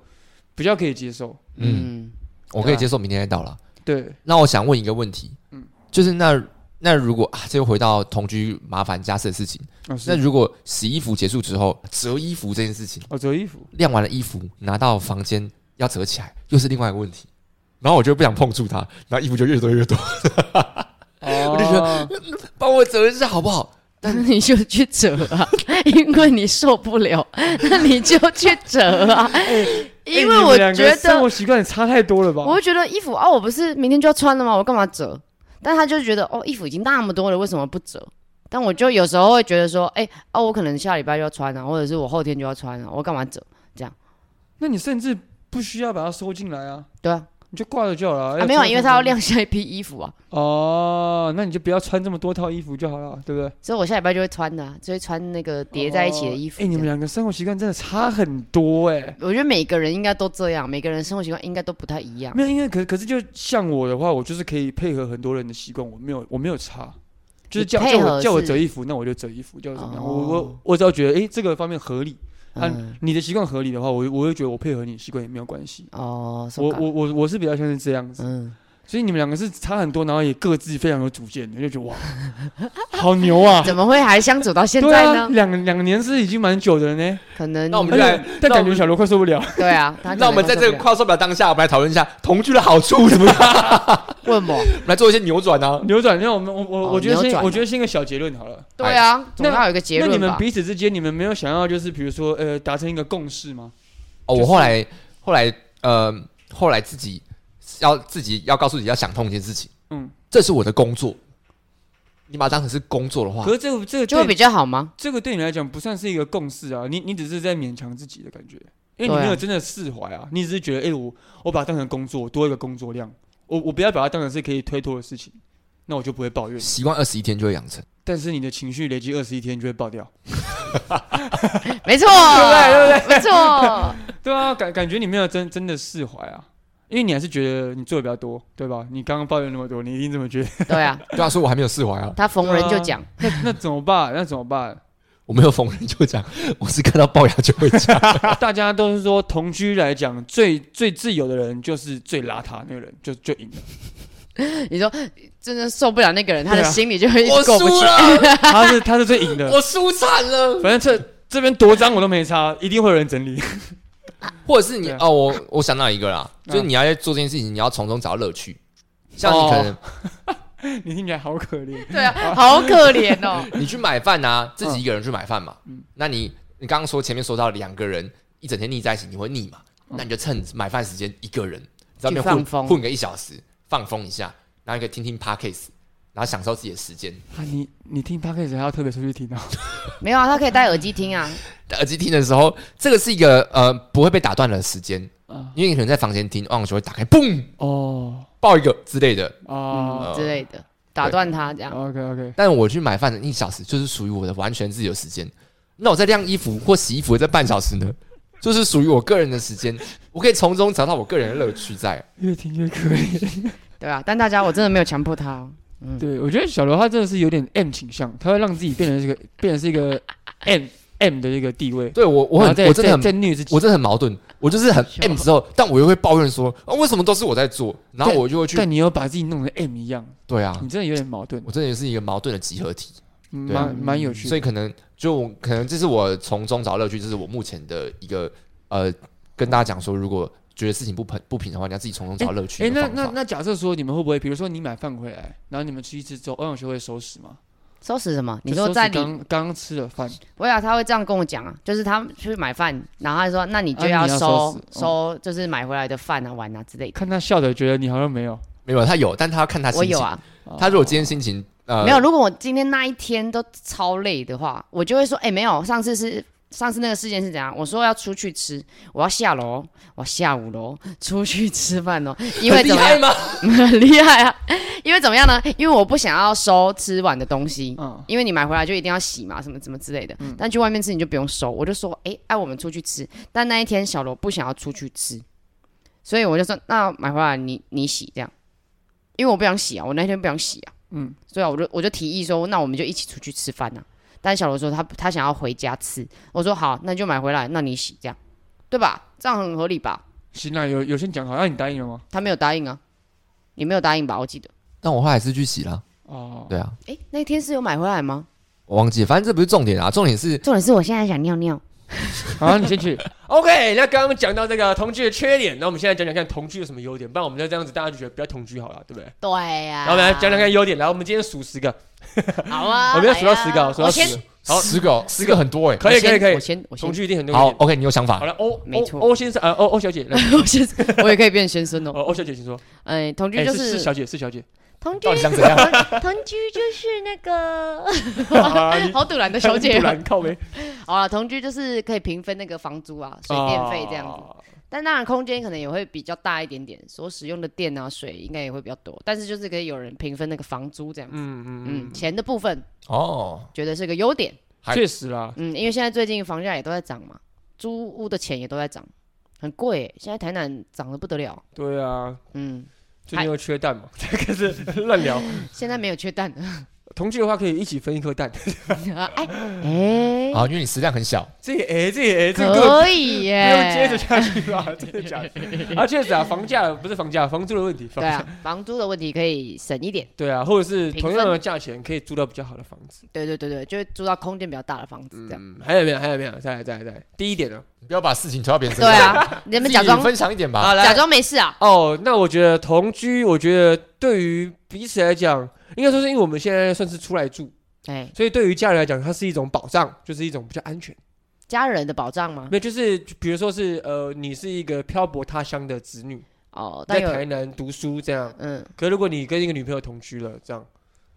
Speaker 2: 比较可以接受。
Speaker 1: 嗯，
Speaker 3: 嗯，
Speaker 1: 我可以接受明天再到了。
Speaker 2: 对，
Speaker 1: 那我想问一个问题，
Speaker 2: 嗯
Speaker 1: 就是那那如果啊，这又回到同居麻烦家事的事情，
Speaker 2: 哦
Speaker 1: 那
Speaker 2: 是，
Speaker 1: 如果洗衣服结束之后折衣服这件事情，
Speaker 2: 哦折 衣服，
Speaker 1: 晾完了衣服拿到房间要折起来，又是另外一个问题。然后我就不想碰触它，然后衣服就越折越多，
Speaker 2: 我
Speaker 1: 就觉
Speaker 2: 哦
Speaker 1: 帮我折一下好不好？
Speaker 3: 那你就去折啊， 因为你受不 了，那你就去折 啊，
Speaker 2: 哎
Speaker 3: 因为我觉
Speaker 2: 生
Speaker 3: 得，
Speaker 2: 活习惯也差太多了吧？
Speaker 3: 我会觉得衣服啊，我不是明天就要穿了吗？我干嘛折？但他就觉得哦，衣服已经那么多了，为什么不折？但我就有时候会觉得说，哎、哦，我可能下礼拜就要穿啊，或者是我后天就要穿啊，我干嘛折？
Speaker 2: 那你甚至不需要把它收进来啊，
Speaker 3: 对啊，
Speaker 2: 你就挂着就好了。
Speaker 3: 啊
Speaker 2: 哎
Speaker 3: 没有啊，因为他要
Speaker 2: 晾。
Speaker 3: 晾下一批衣服啊。
Speaker 2: 哦，那你就不要穿这么多套衣服就好了，对不对？
Speaker 3: 所以我下礼拜就会穿的、啊，就会穿那个叠在一起的衣服
Speaker 2: 哎、
Speaker 3: 这
Speaker 2: 你
Speaker 3: 样。
Speaker 2: 们两个生活习惯真的差很多哎、
Speaker 3: 我觉得每个人应该都这样，每个人生活习惯应该都不太一样。
Speaker 2: 没有，因为可可是就像我的话，我就是可以配合很多人的习惯，我没有我没有差。就是
Speaker 3: 你
Speaker 2: 叫
Speaker 3: 配
Speaker 2: 叫我
Speaker 3: 合
Speaker 2: 叫我
Speaker 3: 是
Speaker 2: 折衣服，那我就折衣服，叫我怎么样？我
Speaker 3: 哦
Speaker 2: 我我只要觉得，哎、这个方面合理，啊，
Speaker 3: 嗯，
Speaker 2: 你的习惯合理的话，我我会觉得我配合你的习惯也没有关系。
Speaker 3: 哦，
Speaker 2: 我
Speaker 3: そうか
Speaker 2: 我我我是比较像是这样子，
Speaker 3: 嗯，
Speaker 2: 所以你们两个是差很多，然后也各自非常有主见的，就觉 得哇，好牛啊！
Speaker 3: 怎么会还相处到 现
Speaker 2: 对
Speaker 3: 在
Speaker 2: 啊，
Speaker 3: 呢？
Speaker 2: 两两年是已经蛮久的了呢。
Speaker 3: 可能
Speaker 1: 那我们就来
Speaker 2: 哎呦，但
Speaker 1: 那我
Speaker 2: 感觉
Speaker 1: 们
Speaker 2: 小罗快受不了。
Speaker 3: 对啊，他可能
Speaker 1: 那我们在这个
Speaker 3: 会
Speaker 1: 跨手表当下，我们来讨论一下同居的好处怎么 样，
Speaker 3: 受不了问我，
Speaker 1: 我们来做一些扭转啊。
Speaker 2: 扭转，那我们我我、
Speaker 3: 哦
Speaker 2: 我觉得
Speaker 3: 扭
Speaker 2: 先
Speaker 3: 转
Speaker 2: 我觉得先一个小结论好了。
Speaker 3: 对啊，总要有一个结
Speaker 2: 那你
Speaker 3: 论
Speaker 2: 们
Speaker 3: 吧。
Speaker 2: 彼此之间，你们没有想要就是比如说呃达成一个共识吗？
Speaker 1: 哦，
Speaker 2: 就是
Speaker 1: 我后来后来呃，后来自己要自己要告诉自己要想通一件事情，
Speaker 2: 嗯，
Speaker 1: 这是我的工作，你把它当成是工作的话
Speaker 2: 可，是这个这个
Speaker 3: 就会比
Speaker 2: 对
Speaker 3: 较 好吗？
Speaker 2: 这个对你来讲不算是一个共识啊，你你只是在勉强自己的感觉，因为
Speaker 3: 对
Speaker 2: 你
Speaker 3: 啊
Speaker 2: 没有真的释怀啊，你只是觉得哎、我我把它当成工作，多一个工作量，我我不要把它当成是可以推脱的事情，那我就不会抱怨。
Speaker 1: 习惯二十一天就会养成。
Speaker 2: 但是你的情绪累积二十一天就会爆掉，
Speaker 3: 没错，
Speaker 2: 对
Speaker 3: 不对？没错，
Speaker 2: 对啊，感感觉你没有真真的释怀啊，因为你还是觉得你做的比较多，对吧？你刚刚抱怨那么多，你一定这么觉得，
Speaker 3: 对啊，
Speaker 1: 对啊，所以我还没有释怀啊，
Speaker 3: 他逢人就讲，
Speaker 2: 那那怎么办？那怎么办？
Speaker 1: 我没有逢人就讲，我是看到龅牙就会讲。
Speaker 2: 大家都是说同居来讲，最最自由的人就是最邋遢那个人，就就赢了。
Speaker 3: 你说真的受不了那个人，他的
Speaker 2: 对啊
Speaker 3: 心里就会一
Speaker 1: 我
Speaker 3: 直过不
Speaker 1: 输
Speaker 3: 去。
Speaker 1: 了，
Speaker 2: 他是他是最赢的，
Speaker 1: 我输惨了。
Speaker 2: 反正这这边多脏我都没擦，一定会有人整理。
Speaker 1: 或者是你
Speaker 2: 对啊
Speaker 1: 哦，我我想到一个啦，
Speaker 2: 嗯
Speaker 1: 就是你要在做这件事情，你要从中找到乐趣。像你可能
Speaker 2: 你听起来好可怜，
Speaker 3: 对啊，好可怜哦。
Speaker 1: 你去买饭啊，自己一个人去买饭嘛
Speaker 2: 嗯，
Speaker 1: 那你你刚刚说前面说到两个人一整天腻在一起，你会腻嘛？
Speaker 2: 嗯
Speaker 1: 那你就趁买饭时间一个人在外面
Speaker 3: 哦去放
Speaker 1: 混
Speaker 3: 风
Speaker 1: 混个一小时，放风一下，然后你可以听听 podcast，然后享受自己的时间，
Speaker 2: 啊、你你听 p o d c a s 还要特别出去听啊？
Speaker 3: 没有啊，他可以戴耳机听啊。
Speaker 1: 戴耳机听的时候，这个是一个呃不会被打断的时间，
Speaker 2: 啊
Speaker 1: 因为你可能在房间听，忘了就会打开，嘣
Speaker 2: 哦
Speaker 1: 爆一个之类的。
Speaker 2: 啊
Speaker 1: 呃
Speaker 3: 嗯之类的，打断他这样。
Speaker 2: ，OK OK，
Speaker 1: 但我去买饭的一小时就是属于我的完全自由时间。那我在晾衣服或洗衣服的这半小时呢，就是属于我个人的时间，我可以从中找到我个人的乐趣在。
Speaker 2: 越听越可怜。
Speaker 3: 对啊，但大家我真的没有强迫他哦，
Speaker 2: 对，我觉得小罗他真的是有点 M 倾向，他会让自己变成是个变成是一 个 M M 的一个地位。
Speaker 1: 对我，我
Speaker 2: 然后
Speaker 1: 很
Speaker 2: 再
Speaker 1: 我真的
Speaker 2: 再
Speaker 1: 很
Speaker 2: 再虐自己
Speaker 1: 我。真的很矛盾，我就是很
Speaker 3: 是
Speaker 1: M 之后，但我又会抱怨说，啊，为什么都是我在做？然后我就会去
Speaker 2: 但你又把自己弄成 M 一样，
Speaker 1: 对啊，
Speaker 2: 你真的有点矛盾，
Speaker 1: 我真的是一个矛盾的集合体，对啊
Speaker 2: 蛮蛮有趣
Speaker 1: 所
Speaker 2: 的。
Speaker 1: 以可能就我可能这是我从中找到乐趣，这是我目前的一个呃跟大家讲说，如果觉得事情不平不平的话，你要自己从中找到乐趣
Speaker 2: 哎，
Speaker 1: 的方
Speaker 2: 那
Speaker 1: 法。
Speaker 2: 那那假设说你们会不会，比如说你买饭回来，然后你们吃一吃之后，欧阳学会收拾吗？
Speaker 3: 收拾什么？你
Speaker 2: 就
Speaker 3: 说
Speaker 2: 收拾
Speaker 3: 在
Speaker 2: 刚
Speaker 3: 里，
Speaker 2: 刚刚吃的饭，
Speaker 3: 我想他会这样跟我讲啊，就是他去买饭，然后他说，那你就
Speaker 2: 啊
Speaker 3: 要
Speaker 2: 你要
Speaker 3: 收
Speaker 2: 收拾
Speaker 3: 收，就是买回来的饭啊、碗啊之类的。
Speaker 2: 看他笑的，觉得你好像没有。
Speaker 1: 没有，他有，但他要看他心
Speaker 3: 我
Speaker 1: 情。
Speaker 3: 有啊，
Speaker 1: 他如果今天心情呃
Speaker 3: 没有。如果我今天那一天都超累的话，我就会说，哎，没有，上次是。上次那个事件是怎样？我说要出去吃，我要下楼，我要下五楼出去吃饭哦，因为
Speaker 1: 很厉
Speaker 3: 怎么样
Speaker 1: 害？吗？
Speaker 3: 很 厉害啊！因为怎么样呢？因为我不想要收吃完的东西，
Speaker 2: 嗯，
Speaker 3: 因为你买回来就一定要洗嘛，什么什么之类的。但去外面吃你就不用收。我就说，哎、哎、我们出去吃。但那一天小罗不想要出去吃，所以我就说，那买回来你你洗这样，因为我不想洗啊，我那天不想洗啊。嗯
Speaker 2: 嗯，
Speaker 3: 所以啊我就我就提议说，那我们就一起出去吃饭啊。但小罗说他他想要回家吃，我说好，那你就买回来，那你洗这样，对吧？这样很合理吧？
Speaker 2: 行啦，有有先讲好，那你答应了吗？
Speaker 3: 他没有答应啊，你没有答应吧？我记得，
Speaker 1: 但我后来是去洗了，
Speaker 2: 哦，
Speaker 1: 对啊，
Speaker 3: 哎、那天是有买回来吗？
Speaker 1: 我忘记了，反正这不是重点啊，重点是
Speaker 3: 重点是我现在想尿尿。
Speaker 2: 好，你先去。
Speaker 4: OK，那刚刚讲到这个同居的缺点，那我们现在讲讲看同居有什么优点，不然我们就这样子，大家就觉得不要同居好了，对不对？
Speaker 3: 对呀、
Speaker 4: 然后我们来讲讲看优点，来，我们今天数十个，
Speaker 3: 好啊，
Speaker 4: 我们要
Speaker 3: 来
Speaker 4: 数到
Speaker 3: 啊
Speaker 4: 十个，数到
Speaker 3: 我先
Speaker 4: 十个，好
Speaker 1: 十个哦，十个很多哎、
Speaker 4: 可以
Speaker 3: 我先
Speaker 4: 可以可以
Speaker 3: 我，先我先
Speaker 4: 同居一定很多
Speaker 1: 好
Speaker 4: 优点。
Speaker 1: ，OK，你有想
Speaker 4: 好
Speaker 1: 法？
Speaker 4: 了，欧
Speaker 3: 没
Speaker 4: 欧
Speaker 3: 错
Speaker 4: 欧先生，呃，欧欧 小姐，来，呃
Speaker 3: 我先，我也可以变先生哦。
Speaker 4: 欧欧小姐，请说。
Speaker 3: 哎，同居
Speaker 4: 哎，
Speaker 3: 就是
Speaker 4: 是小姐，是小姐。
Speaker 5: 同居
Speaker 1: 到底想怎样？
Speaker 5: 同居就是那个
Speaker 4: 啊 你
Speaker 3: 好堵然的小 姐
Speaker 4: 突。然靠没
Speaker 3: 好了，同居就是可以平分那个房租啊、
Speaker 4: 哦
Speaker 3: 水电费这样子，
Speaker 2: 啊
Speaker 4: 子。
Speaker 3: 但当然空间可能也会比较大一点点，所使用的电啊、水应该也会比较多，但是就是可以有人平分那个房租这样子。
Speaker 4: 嗯嗯嗯
Speaker 3: 嗯，钱的部分
Speaker 1: 哦，
Speaker 3: 觉得是个优点。
Speaker 1: 还
Speaker 2: 确实啦，
Speaker 3: 嗯，因为现在最近房价也都在涨嘛，租屋的钱也都在涨，很贵耶。现在台南涨得不得了。
Speaker 4: 对啊，
Speaker 3: 嗯，
Speaker 4: 最近又缺蛋嘛， 这个是乱聊。
Speaker 3: 现在没有缺蛋了。
Speaker 4: 同居的话可以一起分一颗蛋，
Speaker 3: 哎哎，
Speaker 1: 好，因为你食量很小，
Speaker 4: 这也哎，这也哎，这个根本
Speaker 3: 可以
Speaker 4: 不用接着
Speaker 3: 耶。
Speaker 4: 下去吧，真的假的？啊，确实啊，房价不是房价，房租的问题。
Speaker 3: 对啊，房租的问题可以省一点。
Speaker 4: 对啊，或者是
Speaker 3: 平
Speaker 4: 同样的
Speaker 3: 分
Speaker 4: 价钱可以租到比较好的房子。
Speaker 3: 对对对对，就会租到空间比较大的房子这样。
Speaker 4: 嗯，还有没有？还有没有？再来，再来，再来。第一点啊呢？
Speaker 1: 你不要把事情推到别人身
Speaker 3: 对
Speaker 1: 上。，
Speaker 3: 啊，你们假装
Speaker 1: 分享一点吧。
Speaker 4: 啊，
Speaker 3: 假
Speaker 4: 来。
Speaker 3: 装没事啊。
Speaker 4: 哦，那我觉得同居，我觉得对于彼此来讲，应该说是因为我们现在算是出来住，
Speaker 3: 哎，
Speaker 4: 所以对于家人来讲，它是一种保障，就是一种比较安全。
Speaker 3: 家人的保障吗？
Speaker 4: 没有，就是比如说是呃，你是一个漂泊他乡的子女，
Speaker 3: 哦，
Speaker 4: 在
Speaker 3: 但有
Speaker 4: 台南读书这样。
Speaker 3: 嗯，
Speaker 4: 可是如果你跟一个女朋友同居了，这样，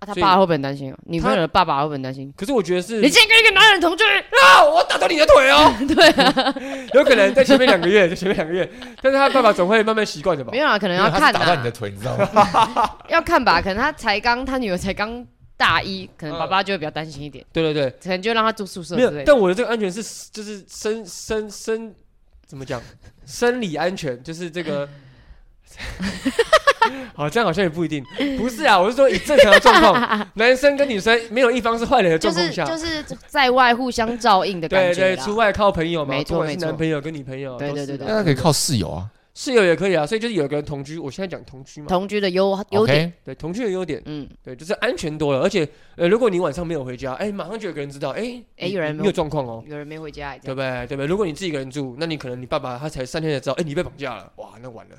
Speaker 3: 啊、他
Speaker 4: 所以
Speaker 3: 爸会不会很担心哦？女朋友的爸爸会不会很担心？
Speaker 4: 可是我觉得是
Speaker 3: 你竟然跟一个男人同居，
Speaker 4: 啊，我打断你的腿哦，
Speaker 3: 对啊，
Speaker 4: 有可能在前面两个月，在前面两个月，但是他爸爸总会慢慢习惯的吧
Speaker 3: 没。有啊，可能
Speaker 1: 因为
Speaker 3: 要
Speaker 1: 他是
Speaker 3: 看
Speaker 1: 打断你
Speaker 3: 啊
Speaker 1: 的，腿，你知道吗？
Speaker 3: 要看吧，可能他才刚，他女儿才刚大一，可能
Speaker 4: 嗯
Speaker 3: 爸爸就会比较担心一点，
Speaker 4: 对对对，
Speaker 3: 可能就让他住宿舍
Speaker 4: 没
Speaker 3: 之
Speaker 4: 有
Speaker 3: 类，的。
Speaker 4: 但我的这个安全是就是生生生怎 么讲？生理安全就是这个。 好，这样好像也不一定。不是啊，我是说以正常的状 况，男生跟女生没有一方是坏人的
Speaker 3: 就
Speaker 4: 状况
Speaker 3: 是
Speaker 4: 下，
Speaker 3: 就是在外互相照应的感
Speaker 4: 对
Speaker 3: 觉
Speaker 4: 对，
Speaker 3: 啦
Speaker 4: 出外靠朋友嘛，
Speaker 3: 没错
Speaker 4: 不管是
Speaker 3: 没错
Speaker 4: 男朋友跟女朋友，
Speaker 3: 对
Speaker 4: 都
Speaker 3: 对
Speaker 4: 是
Speaker 3: 对对
Speaker 4: 的
Speaker 1: 那可以靠室友啊。
Speaker 4: 室友也可以啊。所以就是有一个人同居，我现在讲同居嘛，
Speaker 3: 同居的优优点，
Speaker 1: OK，
Speaker 4: 对，同居的优点，
Speaker 3: 嗯，
Speaker 4: 对，就是安全多了。而且呃，如果你晚上没有回家，哎，马上就有个人知道，哎
Speaker 3: 哎
Speaker 4: 你
Speaker 3: 有人没
Speaker 4: 你
Speaker 3: 有
Speaker 4: 你有状况哦，
Speaker 3: 有人没回家也这
Speaker 4: 对
Speaker 3: 样，
Speaker 4: 不对？对不对？如果你自己一个人住，那你可能你爸爸他才三天才知道，哎、你被绑架了，哇，那完了。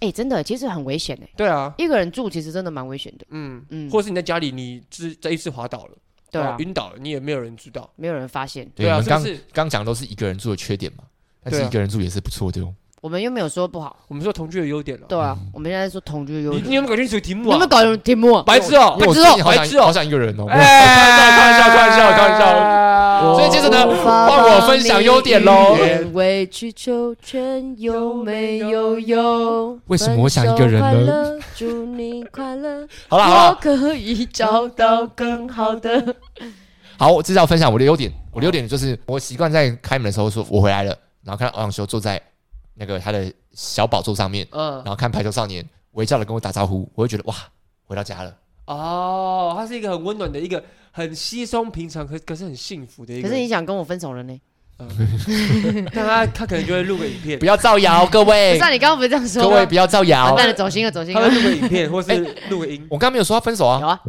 Speaker 3: 哎，真的其实很危险哎，
Speaker 4: 对啊，
Speaker 3: 一个人住其实真的蛮危险的，
Speaker 4: 嗯，
Speaker 3: 嗯，
Speaker 4: 或是哦你在家里你是在一次滑倒了，
Speaker 3: 对啊，
Speaker 4: 晕倒了，你也没有人知道。
Speaker 3: 没有人发现，
Speaker 1: 对，
Speaker 4: 啊，
Speaker 1: 我们
Speaker 4: 是不
Speaker 1: 刚
Speaker 4: 是？
Speaker 1: 刚讲的都是一个人住的缺点嘛，但
Speaker 4: 对
Speaker 1: 是
Speaker 4: 啊
Speaker 1: 一个人住也是不错的哦。
Speaker 3: 我们又没有说不好，
Speaker 4: 我们说同居的优点了。
Speaker 3: 对啊，我们现在说同居的优
Speaker 4: 嗯你
Speaker 3: 点，
Speaker 4: 你有没有搞清楚
Speaker 3: 你
Speaker 4: 题目
Speaker 3: 有
Speaker 4: 啊
Speaker 3: 没有？搞懂题目啊？
Speaker 4: 白痴哦、
Speaker 1: 因为我
Speaker 3: 白痴
Speaker 1: 最
Speaker 3: 哦
Speaker 1: 近好
Speaker 4: 白痴哦
Speaker 1: 想好想一个人哦。
Speaker 4: 哎，开玩笑，开玩笑，开玩笑。
Speaker 1: 所以接着呢，换我分享优点喽
Speaker 3: 无。法帮你愿委曲求全有没有用？
Speaker 1: 为什么我想一个人呢啊
Speaker 3: 分手快乐？祝你快乐，
Speaker 1: 好了好
Speaker 3: 我
Speaker 1: 了，
Speaker 3: 可以找到更好的。
Speaker 1: 好，我至少分享我的优点。我的优点就是我习惯在开门的时候说我回来了，然后看到欧阳修坐在那个他的小宝座上面，
Speaker 4: 嗯
Speaker 3: 呃
Speaker 1: 然，后看排球少年微笑的跟我打招呼，我会觉得哇，回到家了。
Speaker 4: 哦，他是一个很温暖的一个，很稀松平常，可可是很幸福的一个
Speaker 3: 可是你想跟我分手了呢？
Speaker 4: 人， 但他他可能就会录个影 片
Speaker 1: 不，要造 谣，各
Speaker 3: 不
Speaker 1: 位
Speaker 4: 哎
Speaker 3: 是，啊，你刚刚不是这样说
Speaker 1: 各位
Speaker 3: 吗
Speaker 1: 不？要造
Speaker 3: 完
Speaker 1: 谣。
Speaker 3: 蛋了，走心了，走心
Speaker 4: 他会
Speaker 3: 了。
Speaker 4: 录个影片，或是录 个音。
Speaker 1: 我刚没有说要分手啊
Speaker 3: 有，啊，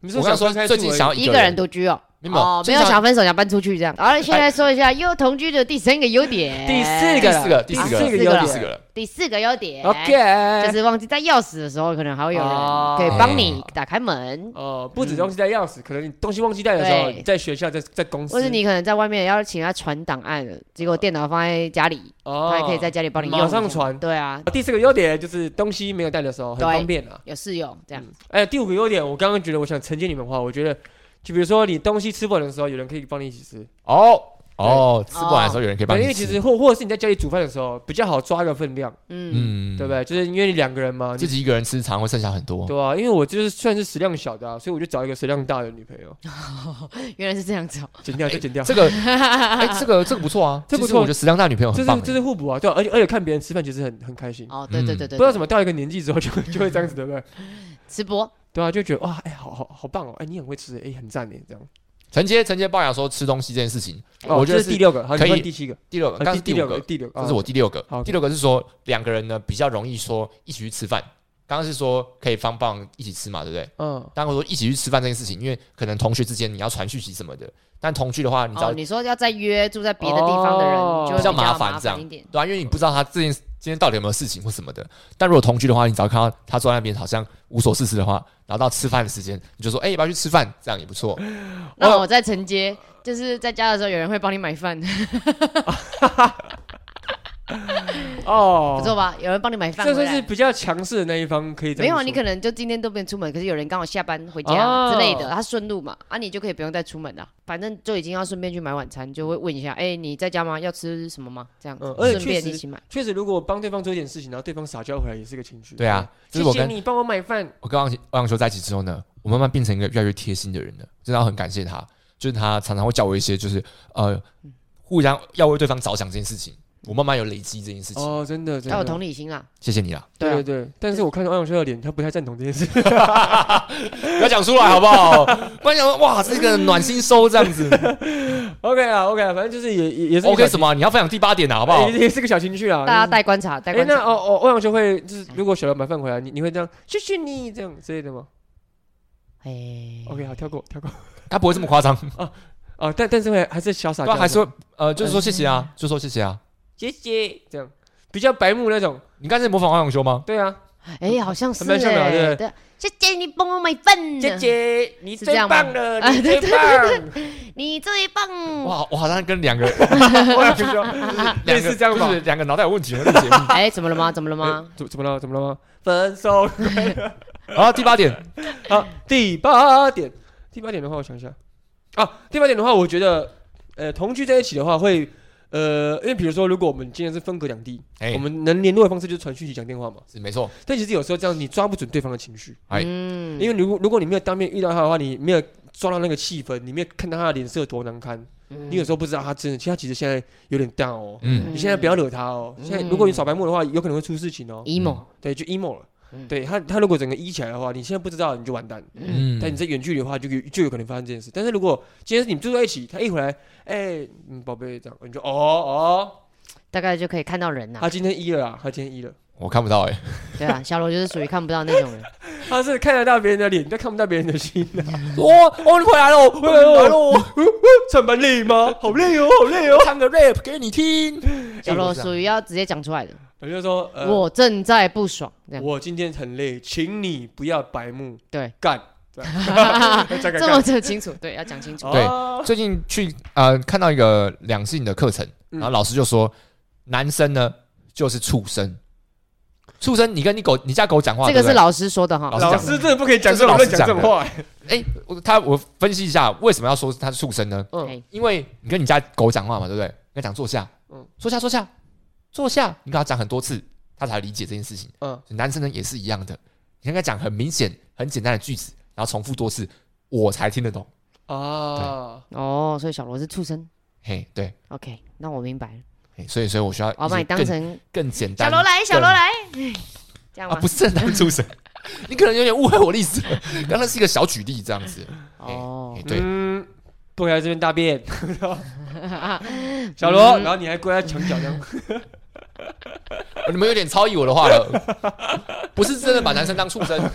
Speaker 4: 你
Speaker 1: 我刚说最近想要
Speaker 3: 一
Speaker 1: 个
Speaker 3: 个人独居哦。
Speaker 1: 没有
Speaker 3: 哦，没
Speaker 1: 最
Speaker 3: 有
Speaker 1: 近
Speaker 3: 想分手，想搬出去这样。好了，现在说一下又同居的第三个优点。
Speaker 4: 第四
Speaker 1: 第
Speaker 4: 个
Speaker 1: 四个，第四
Speaker 3: 啊
Speaker 1: 个，
Speaker 3: 四个
Speaker 1: 第
Speaker 3: 了
Speaker 1: 四个了。
Speaker 3: 第四个优点
Speaker 4: OK，
Speaker 3: 就是忘记带钥匙的时候，可能还会有
Speaker 4: 哦
Speaker 3: 人可以帮你打开门，
Speaker 4: 哦，不止东西带钥匙，可能你东西忘记带的时候，
Speaker 3: 对
Speaker 4: 你在学校，在在公司，
Speaker 3: 或是你可能在外面要请他传档案了，结果电脑放在家里，
Speaker 4: 哦
Speaker 3: 他还可以在家里帮你用。
Speaker 4: 马上传。
Speaker 3: 对啊，
Speaker 4: 第四个优点就是东西没有带的时候很
Speaker 3: 对
Speaker 4: 方便啊。
Speaker 3: 有室友这样。
Speaker 4: 嗯哎，第五个优点，我刚刚觉得我想承接你们话，我觉得就比如说你东西吃不完的时候，有人可以帮你一起吃。
Speaker 1: 哦哦，吃不完的时候有人可以帮
Speaker 4: 对，因
Speaker 1: 你
Speaker 4: 为其
Speaker 1: 吃
Speaker 4: 实，或或者是你在家里煮饭的时候比较好抓个分量，
Speaker 3: 嗯，
Speaker 1: 嗯，
Speaker 4: 对不？对？就是因为你两个人嘛，
Speaker 1: 自
Speaker 4: 你
Speaker 1: 己一个人吃常会剩下很多。
Speaker 4: 对啊，因为我就是算是食量小的啊，所以我就找一个食量大的女朋 友，
Speaker 3: 原来是这样子哦。
Speaker 4: 剪掉就剪掉。
Speaker 1: 这个，哎，这个啊这个不错啊，
Speaker 4: 这不
Speaker 1: 其实
Speaker 4: 错
Speaker 1: 我觉得食量大女朋友
Speaker 4: 这
Speaker 1: 很棒
Speaker 4: 是
Speaker 1: 欸。
Speaker 4: 这是互补啊，对啊而且而且看别人吃饭其实很很开心，
Speaker 3: 哦，对对对
Speaker 4: 嗯不
Speaker 3: 对，
Speaker 4: 知道怎
Speaker 3: 么
Speaker 4: 么到一个年纪 之后就会就会这样子，对不对？
Speaker 3: 吃播。
Speaker 4: 对啊，就觉得哇，哎、好好好棒哦，哎、你很会吃，哎、很赞哎，这样。
Speaker 1: 承接承接龅牙说吃东西这件事情，
Speaker 4: 哦
Speaker 1: 我觉得
Speaker 4: 这是第六个，好，
Speaker 1: 可
Speaker 4: 你
Speaker 1: 以
Speaker 4: 换第七个，
Speaker 1: 第六个，
Speaker 4: 啊
Speaker 1: 刚刚
Speaker 4: 第
Speaker 1: 是
Speaker 4: 第
Speaker 1: 第
Speaker 4: 六
Speaker 1: 五
Speaker 4: 个，
Speaker 1: 个，
Speaker 4: 第六个，啊
Speaker 1: 这是我第六个
Speaker 4: 好。，OK
Speaker 1: 第六个是说两个人呢比较容易说一起去吃饭。刚刚是说可以帮帮一起吃嘛，对不对？
Speaker 4: 嗯，
Speaker 1: 当然我说一起去吃饭这件事情，因为可能同学之间你要传讯息什么的，
Speaker 4: 嗯
Speaker 1: 但同居的话，你只要
Speaker 3: 哦，你说要再约住在别的地方的人，
Speaker 4: 哦
Speaker 3: 就会
Speaker 1: 比较
Speaker 3: 较
Speaker 1: 麻
Speaker 3: 烦
Speaker 1: 烦这样
Speaker 3: 一点。
Speaker 1: 对啊，因为你不知道他这件今天到底有没有事情或什么的。但如果同居的话，你只要看到他坐在那边好像无所事事的话，然后到吃饭的时间，你就说：“哎、要不要去吃饭？”这样也不错。
Speaker 4: 哦
Speaker 3: 那我再承接，就是在家的时候有人会帮你买饭，
Speaker 4: 哦，
Speaker 3: 不错吧？有人帮你买饭
Speaker 4: 这
Speaker 3: 回
Speaker 4: 算是
Speaker 3: 来。
Speaker 4: 比较强势的那一方，可以这
Speaker 3: 没有
Speaker 4: 样
Speaker 3: 啊，
Speaker 4: 说
Speaker 3: 你可能就今天都不能出门，可是有人刚好下班回
Speaker 4: 哦
Speaker 3: 家之类的，他顺路嘛，啊，你就可以不用再出门了，反正就已经要顺便去买晚餐，就会问一下，哎，你在家吗？要吃什么吗？这样
Speaker 4: 嗯
Speaker 3: 子，
Speaker 4: 而且
Speaker 3: 顺便
Speaker 4: 确实
Speaker 3: 一起买。
Speaker 4: 确实，如果帮对方做一点事情，然后对方撒娇回来，也是个情绪。
Speaker 1: 对啊，这
Speaker 4: 谢
Speaker 1: 是我
Speaker 4: 谢
Speaker 1: 跟
Speaker 4: 你帮我买饭。
Speaker 1: 我跟欧阳欧阳修在一起之后呢，我慢慢变成一个越来越贴心的人了，真的要很感谢他。就是他常常会叫我一些，就是呃，互相要为对方着想这件事情，我慢慢有累积这件事情。
Speaker 4: 哦，真的，真
Speaker 3: 要有同
Speaker 4: 的。
Speaker 3: 理心啦，
Speaker 1: 谢谢你啦，
Speaker 4: 对
Speaker 3: 对
Speaker 4: 对
Speaker 3: 啊
Speaker 4: 对，但是我看到欧阳修的脸，他不太赞同这件事。
Speaker 1: 不要讲出来好不好？不然讲哇，这个暖心收这 样子
Speaker 4: OK 啊，OK 啊，反正就是也也也是个
Speaker 1: ，OK
Speaker 4: 小
Speaker 1: 什么啊？你要分享第八点啊，好
Speaker 4: 好
Speaker 1: 不好？
Speaker 4: 也也是个小情绪啊。
Speaker 3: 大家
Speaker 4: 带。
Speaker 3: 带观察，带
Speaker 4: 哎，
Speaker 3: 观
Speaker 4: 那
Speaker 3: 察。
Speaker 4: 哦哦，欧阳修会就是
Speaker 1: 嗯
Speaker 4: 如果小老板饭回来，你你会这样谢谢你这样之类的吗
Speaker 3: 哎，
Speaker 1: 嗯
Speaker 4: ？OK，好，跳过跳过。
Speaker 1: 他不会这么夸张，
Speaker 4: 哦，但但是会还是潇洒
Speaker 1: 对
Speaker 4: 这样
Speaker 1: 啊，
Speaker 4: 子，
Speaker 1: 还是会呃，就是说谢谢
Speaker 4: 嗯
Speaker 1: 啊，就说谢谢啊。
Speaker 4: 谢谢这样，比较白目那种。
Speaker 1: 你刚才模仿欧阳修吗？
Speaker 4: 对啊，
Speaker 3: 哎，好像是
Speaker 4: 蛮像的啊对
Speaker 3: 哎，
Speaker 4: 不对
Speaker 3: 对，姐姐你帮我买饭，
Speaker 4: 姐姐，你
Speaker 3: 嗯是
Speaker 4: 最
Speaker 3: 这样吗
Speaker 4: 棒了，
Speaker 3: 啊
Speaker 4: 你
Speaker 3: 对
Speaker 4: 最
Speaker 3: 对
Speaker 4: 棒！
Speaker 5: 你最棒！
Speaker 1: 哇，我好像跟 两个
Speaker 4: 嗯类
Speaker 1: 类
Speaker 4: 似这样吧
Speaker 1: 就是两个脑袋有问题的那个节目。
Speaker 3: 哎，怎么了吗？怎么了吗？
Speaker 4: 怎怎么了？怎么了吗？分手。
Speaker 1: 然后第八点，
Speaker 4: 好，第八点，第八点的话，我想一下啊，第八点的话，我觉得，呃，同居在一起的话会，呃，因为比如说，如果我们今天是分隔两地，
Speaker 1: 哎
Speaker 4: 我，们能联络的方式就是传讯息、讲电话嘛。
Speaker 1: 是没错，
Speaker 4: 但其实有时候这样，你抓不准对方的情绪，
Speaker 1: 哎
Speaker 3: 嗯
Speaker 4: 因为如果如果你没有当面遇到他的话，你没有抓到那个气氛，你没有看到他的脸色多难堪，
Speaker 3: 嗯
Speaker 4: 你有时候不知道他真的，其实他其实现在有点 down 哦。
Speaker 1: 嗯
Speaker 4: 你现在不要惹他哦！现在如果你耍白目的话，有可能会出事情哦。
Speaker 3: emo，
Speaker 4: 对，就 emo 了。
Speaker 3: 嗯
Speaker 4: 对他，他如果整个 E 起来的话，你现在不知道你就完蛋。
Speaker 1: 嗯，
Speaker 4: 但你在远距离的话，就有就有可能发生这件事。但是如果今天是你们住在一起，他一回来，哎、嗯，宝贝，这样你就哦哦，
Speaker 3: 大概就可以看到人呐
Speaker 4: 他。今天一了啊，他今天一了，
Speaker 1: 我看不到哎，
Speaker 3: 对 啊，小罗就是属于看不到那种
Speaker 4: 哎
Speaker 3: 人。
Speaker 4: 他是看得到别人的脸，但看不到别人的心 的、啊。
Speaker 1: 我我回来了，回来了，
Speaker 4: 上班累吗？好累哦，好累哦。
Speaker 1: 唱个 rap 给你听。
Speaker 3: 小罗
Speaker 4: 我是这样
Speaker 3: 属于要直接讲出来的，
Speaker 4: 我就说，呃，我
Speaker 3: 我正在不爽这样。
Speaker 4: 今天很累，请你不要白目，
Speaker 3: 对，
Speaker 4: 干，这样加个
Speaker 3: 哎这么
Speaker 4: 干。
Speaker 3: 这清楚，对，要讲 清楚。
Speaker 1: 对
Speaker 4: 哦
Speaker 1: 最近去呃看到一个两性的课程，
Speaker 4: 嗯
Speaker 1: 然后老师就说，男生呢就是畜生，畜生，你跟你狗，你家狗讲话，
Speaker 3: 这个
Speaker 1: 对不
Speaker 3: 是
Speaker 1: 对
Speaker 3: 老师说的哈
Speaker 1: 老。
Speaker 4: 老
Speaker 1: 师
Speaker 4: 师真的不可以讲
Speaker 1: 这是
Speaker 4: 这种
Speaker 1: 老
Speaker 4: 乱
Speaker 1: 师
Speaker 4: 讲这
Speaker 1: 讲
Speaker 4: 种
Speaker 1: 的
Speaker 4: 话。
Speaker 1: 哎、我他我分析一下为什么要说他是畜生呢？
Speaker 4: 嗯
Speaker 3: 哎，
Speaker 1: 因为你跟你家狗讲话嘛，对不对？你跟它讲坐下，
Speaker 4: 嗯
Speaker 1: 坐下，坐下，坐下，你跟它讲很多次，它才理解这件事情。
Speaker 4: 嗯
Speaker 1: 男生呢也是一样的，你跟他讲很明显、很简单的句子，然后重复多次，我才听得懂。
Speaker 4: 啊，
Speaker 3: 哦，所以小罗是畜生。
Speaker 1: 嘿，对，
Speaker 3: OK，那我明白了，
Speaker 1: 嘿所以所以我需要
Speaker 3: 我要把
Speaker 1: 一些
Speaker 3: 你当
Speaker 1: 更
Speaker 3: 成
Speaker 1: 更简单
Speaker 5: 小。罗来，小罗来，
Speaker 3: 这样
Speaker 1: 啊，
Speaker 3: 吗
Speaker 1: 不？是当畜生， 你可能有点误会我的意思了。刚刚是一个小举例这样子。
Speaker 3: 哦
Speaker 1: 嘿，对，
Speaker 4: 嗯，不可以在这边大 便。
Speaker 3: 哦
Speaker 4: 小罗，
Speaker 3: 嗯
Speaker 4: 然后你还跪在墙 角这样。
Speaker 1: 你们有点超意我的话了，不是真的把男生当畜 生，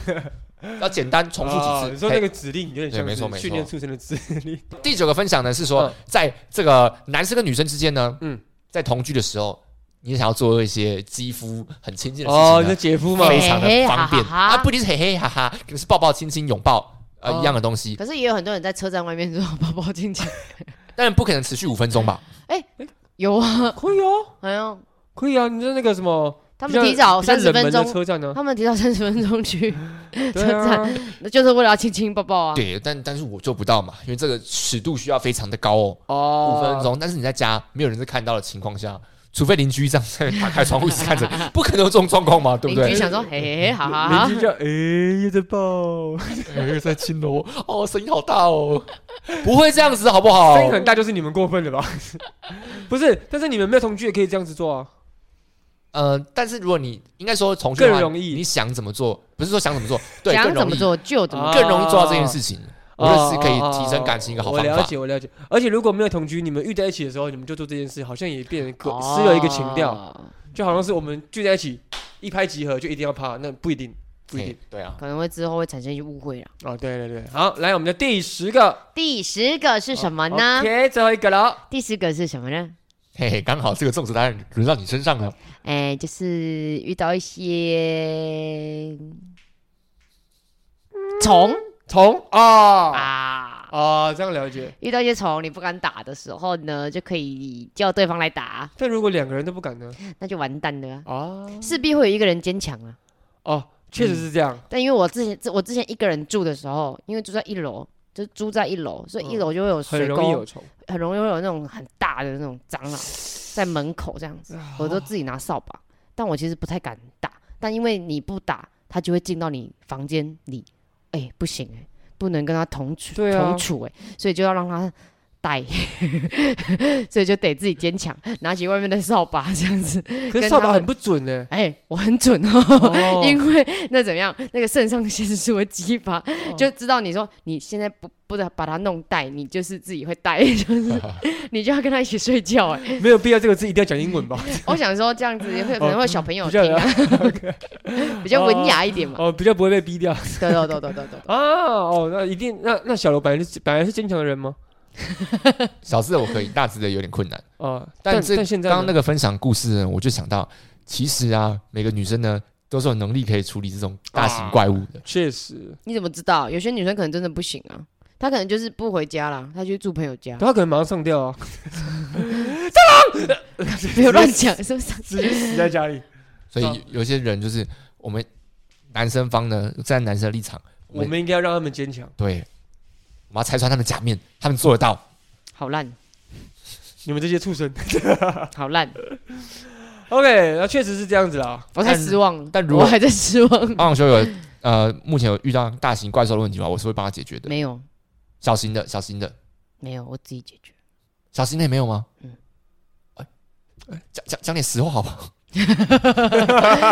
Speaker 1: 要简单重复几
Speaker 4: 哦
Speaker 1: 次。
Speaker 4: 你说那个指令有点
Speaker 1: 对没错
Speaker 4: 像
Speaker 1: 没
Speaker 4: 是
Speaker 1: 错
Speaker 4: 训练出生 的指令。
Speaker 1: 嘿第九个分享呢是说
Speaker 4: 嗯，
Speaker 1: 在这个男生跟女生之间呢，
Speaker 4: 嗯
Speaker 1: 嗯，在同居的时候，你想要做一些肌肤很亲近的事
Speaker 4: 哦，
Speaker 1: 情
Speaker 4: 你
Speaker 1: 呢
Speaker 4: 的，姐夫嘛
Speaker 3: 嘿，
Speaker 1: 非常的方
Speaker 3: 嘿嘿
Speaker 1: 便
Speaker 3: 哈哈哈
Speaker 1: 啊，不一定是嘿嘿哈哈，可能是抱抱、亲亲、拥抱。呃，
Speaker 4: 哦
Speaker 1: 一样的东西，
Speaker 3: 可是也有很多人在车站外面说包包进去。
Speaker 1: 当然不可能持续五分钟吧。
Speaker 3: 有啊，
Speaker 4: 可以哦，
Speaker 3: 哎呦，
Speaker 4: 可以啊。你说那个什么，
Speaker 3: 他
Speaker 4: 比
Speaker 3: 们
Speaker 4: 较
Speaker 3: 提早
Speaker 4: 比较
Speaker 3: 三十
Speaker 4: 冷
Speaker 3: 分
Speaker 4: 门的
Speaker 3: 钟，
Speaker 4: 车站呢？
Speaker 3: 哎他们提早三十分钟去，
Speaker 4: 对啊，
Speaker 3: 那就是为了要亲亲抱抱啊。
Speaker 1: 对，但但是我做不到嘛，因为这个尺度需要非常的高哦。
Speaker 4: 哦，
Speaker 1: 五分。钟，但是你在家没有人是看到的情况下，除非邻居这样在打开窗户一直看 着，不可能有这种状况嘛，对
Speaker 3: 邻
Speaker 1: 不对
Speaker 3: 居？想说，嘿嘿嘿，好好好
Speaker 4: 邻，居叫哎，又在
Speaker 1: 哦
Speaker 4: 抱，
Speaker 1: 哎在亲楼哦，声音好大哦， 不会这样子好不好？
Speaker 4: 声音很大，就是你们过分了吧？ 不是，但是你们没有同居也可以这样子做 啊。
Speaker 1: 呃，但是如果你应该说重新的话
Speaker 4: 更容易
Speaker 1: 你想怎么做，不是说想怎么做，对，
Speaker 3: 想
Speaker 1: 更
Speaker 3: 怎
Speaker 1: 容
Speaker 3: 么
Speaker 1: 易，
Speaker 3: 做就怎么
Speaker 4: 啊
Speaker 3: 做。
Speaker 1: 更容易做到这件事情，我觉得是可以提升感情一个好
Speaker 4: 哦我
Speaker 1: 方
Speaker 4: 了
Speaker 1: 法。
Speaker 4: 解，我了解。而且如果没有同居，你们遇在一起的时候，你们就做这件事，好像也变得
Speaker 1: 啊
Speaker 4: 各失了一个情调，
Speaker 3: 哦，
Speaker 4: 就好像是我们聚在一起一拍即合，就一定要啪，那不一定，不一定
Speaker 1: 嘿对啊，
Speaker 3: 可能会之后会产生一些误会啊。
Speaker 4: 哦，对对对，好，来我们的第十个
Speaker 3: 第十个是什
Speaker 4: 哦
Speaker 3: 么呢？
Speaker 4: ？OK，最后一个了。
Speaker 3: 第十个是什么呢？
Speaker 1: 嘿嘿，刚好这个粽子当然轮到你身上了。
Speaker 3: 哎，就是遇到一些虫
Speaker 4: 虫啊
Speaker 3: 啊，
Speaker 4: 啊，这样了解。
Speaker 3: 遇到一些虫你不敢打的时候呢，就可以叫对方来打，
Speaker 4: 但如果两个人都不敢呢？
Speaker 3: 那就完蛋了啊、
Speaker 4: 啊
Speaker 3: 势必会有一个人坚强啊。
Speaker 4: 哦，确实是这样。
Speaker 3: 但因为我之前我之前一个人住的时候，因为住在一楼，就住在一楼，所以一楼就会有
Speaker 4: 很
Speaker 3: 水沟，
Speaker 4: 容易有虫，
Speaker 3: 很容易会有那种很大的那种蟑 螂在门口这样
Speaker 4: 啊
Speaker 3: 子，我都自己拿扫把，但我其实不太敢打，但因为你不打，它就会进到你房间里，哎、不行哎、不能跟它同处、
Speaker 4: 对啊
Speaker 3: 同处哎、所以就要让它带， 所以就得自己坚强，拿起外面的扫把这样子，
Speaker 4: 可是
Speaker 3: 跟
Speaker 4: 扫
Speaker 3: 他
Speaker 4: 把
Speaker 3: 们
Speaker 4: 很不准呢。
Speaker 3: 哎、我很准哦，
Speaker 4: 哦
Speaker 3: 因为那怎么样，那个肾上腺素会激发，
Speaker 4: 哦
Speaker 3: 就知道你说你现在不不把它弄带，你就是自己会带，就是你就要跟他一起睡 觉。哎，
Speaker 4: 没有必要这个字一定要讲英文 吧？
Speaker 3: 我想说这样子也会可能会有小朋友
Speaker 4: 哦比较
Speaker 3: 听啊， 比较文雅一点嘛。
Speaker 4: 哦，比较不会被逼掉啊。
Speaker 3: 对对对对对对，
Speaker 4: 哦，那一定，那那小罗本来是本来是坚强的人吗？
Speaker 1: 小字的我可以，大字的有点困难。
Speaker 4: 哦，
Speaker 1: 但
Speaker 4: 但
Speaker 1: 这
Speaker 4: 现在
Speaker 1: 刚刚那
Speaker 4: 个
Speaker 1: 个分享故事呢，我就想到，其实啊，每个女生呢都是有能力可以处理这种大型怪物的。
Speaker 4: 确实，
Speaker 3: 你怎么知道？有些女生可能真的不行啊，她可能就是不回家啦，她去住朋友家。
Speaker 4: 他可能马上上吊啊，
Speaker 3: 不要乱讲，是不是？
Speaker 4: 直接死在家里。
Speaker 1: 所以有些人就是我们男生方呢，站在男生的立场，
Speaker 4: 我们应该要让他们坚强。
Speaker 1: 对，我们要拆穿他们假面，他们做得到。
Speaker 3: 好 烂，
Speaker 4: 你们这些畜 生。
Speaker 3: 好烂，
Speaker 4: OK，那确实是这样子啦。
Speaker 3: 我太失望了。
Speaker 1: 但如
Speaker 3: 我
Speaker 1: 果
Speaker 3: 还在失 望，
Speaker 4: 嗯哦
Speaker 1: 阿朗修有呃，目前有遇到大型怪兽的问题吗？我是会帮他解决的。
Speaker 3: 没有，
Speaker 1: 小型的，小型的，
Speaker 3: 没有，我自己解决。
Speaker 1: 小型的也没有吗？嗯
Speaker 3: 嗯，
Speaker 1: 讲讲讲点实话好 不好？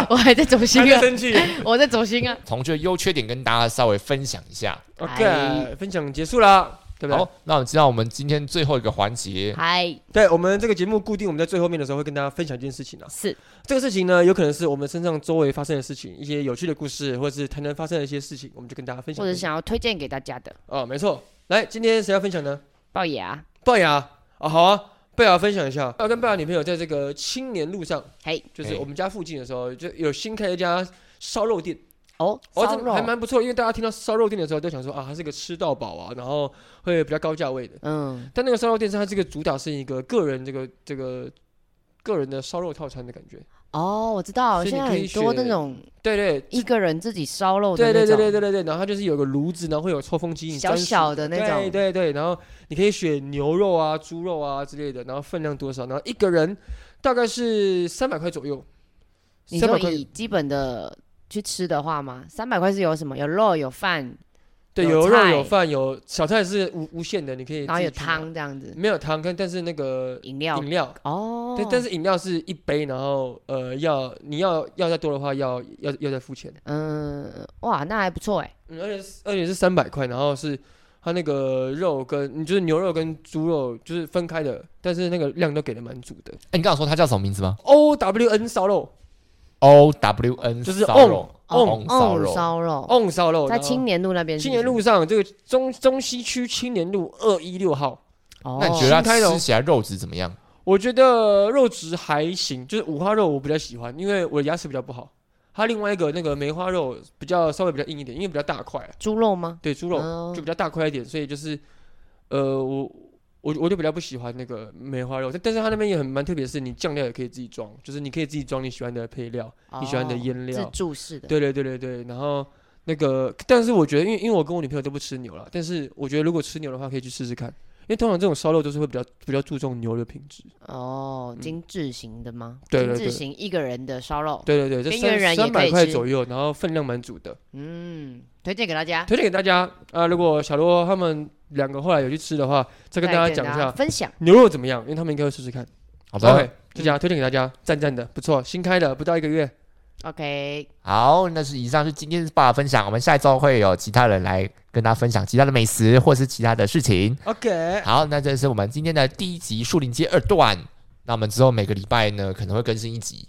Speaker 3: 我还在走心
Speaker 4: 还在
Speaker 3: 啊，
Speaker 4: 生气。
Speaker 3: 我在走心啊。
Speaker 1: 同居的优缺点跟大家稍微分享一下。
Speaker 4: OK，分享结束啦，对不对
Speaker 1: 好？，那我们知道我们今天最后一个环节，
Speaker 3: 嗨，
Speaker 4: 对我们这个节目固定，我们在最后面的时候会跟大家分享一件事情啊。
Speaker 3: 是
Speaker 4: 这个事情呢，有可能是我们身上周围发生的事情，一些有趣的故事，或者是台南发生的一些事情，我们就跟大家分享。
Speaker 3: 或者想要推荐给大家的
Speaker 4: 哦，没错。来，今天谁要分享呢？
Speaker 3: 龅牙，
Speaker 4: 龅牙啊、好啊，龅牙分享一下。啊要跟龅牙女朋友在这个青年路上，
Speaker 3: 嘿，
Speaker 4: 就是我们家附近的时候，就有新开一家烧肉店。
Speaker 3: 哦，
Speaker 4: 哦，
Speaker 3: 骚
Speaker 4: 这还
Speaker 3: 扰，
Speaker 4: 蛮不错，因为大家听到烧肉店的时候，都想说啊，它是个吃到饱啊，然后会比较高价位的。
Speaker 3: 嗯，
Speaker 4: 但那个烧肉店是它这个主打是一个个人这个这个个人的烧肉套餐的感觉。
Speaker 3: 哦，我知道，
Speaker 4: 所以
Speaker 3: 现在
Speaker 4: 你可以
Speaker 3: 很多
Speaker 4: 选
Speaker 3: 那种
Speaker 4: 对对
Speaker 3: 一个人自己烧肉的
Speaker 4: 对
Speaker 3: 那
Speaker 4: 对
Speaker 3: 种，
Speaker 4: 对对对对对，然后它就是有个炉子，然后会有抽风机，你
Speaker 3: 小
Speaker 4: 沾水
Speaker 3: 小的那
Speaker 4: 对
Speaker 3: 种，
Speaker 4: 对对，然后你可以选牛肉啊、猪肉啊之类的，然后分量多少，然后一个人大概是三百块左右。
Speaker 3: 你
Speaker 4: 300
Speaker 3: 说
Speaker 4: 块
Speaker 3: 以基本的去吃的话吗？三百块是有什么？有肉，有饭，
Speaker 4: 对，
Speaker 3: 有
Speaker 4: 有肉
Speaker 3: 菜
Speaker 4: 有饭有小菜是无无限的，你可以。
Speaker 3: 然后有，汤这样子，
Speaker 4: 没有汤，但但是那个
Speaker 3: 饮料
Speaker 4: 饮料
Speaker 3: 哦。
Speaker 4: 对，但是饮料是一杯，然后呃，要你要要再多的话，要要要再付钱。
Speaker 3: 嗯，哇，那还不错哎。
Speaker 4: 嗯，而且是而且是三百块，然后是它那个肉跟你就是牛肉跟猪肉就是分开的，但是那个量都给的蛮足的。
Speaker 1: 哎，你刚刚说他叫什么名字吗
Speaker 3: 哦
Speaker 4: O W N 烧肉
Speaker 1: ？O W N
Speaker 4: 就是
Speaker 1: 烧肉，
Speaker 4: on
Speaker 1: 红烧
Speaker 3: 哦
Speaker 1: 肉，
Speaker 3: 烧肉，
Speaker 4: ，On 烧肉，
Speaker 3: 在
Speaker 4: 然后
Speaker 3: 青年路那边是
Speaker 4: 青
Speaker 3: 不是。
Speaker 4: 年路上这个中中西区青年路二一六号，
Speaker 3: 哦，
Speaker 1: 那你觉得
Speaker 4: 新开的
Speaker 1: 它
Speaker 4: 哦
Speaker 1: 吃起来肉质怎么样？
Speaker 4: 我觉得肉质还行，就是五花肉我比较喜欢，因为我的牙齿比较不好。它另外一个那个梅花肉比较稍微比较硬一点，因为比较大块，
Speaker 3: 猪肉吗？
Speaker 4: 对猪肉。
Speaker 3: 哦
Speaker 4: 就比较大块一点，所以就是，呃，我我我就比较不喜欢那个梅花肉，但但是它那边也很蛮特别，是你酱料也可以自己装，就是你可以自己装你喜欢的配料，你喜欢的
Speaker 3: 哦
Speaker 4: 腌料
Speaker 3: 自助式的。
Speaker 4: 对对对对对，然后那个，但是我觉得，因为因为我跟我女朋友都不吃牛了，但是我觉得如果吃牛的话，可以去试试看，因为通常这种烧肉都是会比较比较注重牛的品质，
Speaker 3: 哦，
Speaker 4: 嗯
Speaker 3: 精致型的吗？
Speaker 4: 对对
Speaker 3: 精致
Speaker 4: 对
Speaker 3: 型一个人的烧肉。
Speaker 4: 对对对，
Speaker 3: 边
Speaker 4: 这
Speaker 3: 缘
Speaker 4: 三
Speaker 3: 人也
Speaker 4: 三
Speaker 3: 可
Speaker 4: 百
Speaker 3: 以
Speaker 4: 块
Speaker 3: 吃
Speaker 4: 左右，然后分量蛮足的，
Speaker 3: 嗯，推荐给大家。
Speaker 4: 推荐给大家啊、如果小罗他们两个后来有去吃的话，再跟大家讲一下
Speaker 3: 分享。
Speaker 4: 牛肉怎么样，因为他们应该会试试看。
Speaker 1: 好啊
Speaker 4: OK，
Speaker 1: 的，
Speaker 4: 就
Speaker 3: 嗯
Speaker 4: 这样推荐给大家，赞赞的，不错，新开的，不到一个月。
Speaker 3: OK，
Speaker 1: 好，那是以上是今天的爸爸分享，我们下一周会有其他人来跟大家分享其他的美食或是其他的事情。
Speaker 4: OK，
Speaker 1: 好，那这是我们今天的第一集《树林街二段》，那我们之后每个礼拜呢可能会更新一集。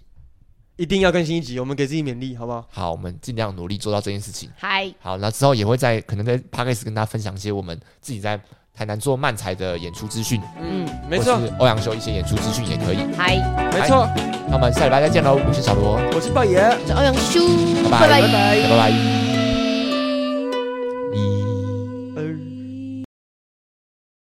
Speaker 4: 一定要更新一集，我们给自己勉励，好不好？
Speaker 1: 好，我们尽量努力做到这件事情。
Speaker 3: 嗨，
Speaker 1: 好，那之后也会在可能在 p a c a s 跟大家分享一些我们自己在台南做漫才的演出资讯，
Speaker 4: 嗯
Speaker 3: 嗯，
Speaker 4: 没错
Speaker 1: 或，是欧阳修一些演出资讯也可以。
Speaker 3: 嗨，
Speaker 4: 没错，
Speaker 1: 哎那我们下礼拜再见喽，我是小罗，
Speaker 4: 我是豹爷。
Speaker 3: 我是欧阳修，
Speaker 1: 拜拜
Speaker 3: 拜
Speaker 1: 拜拜。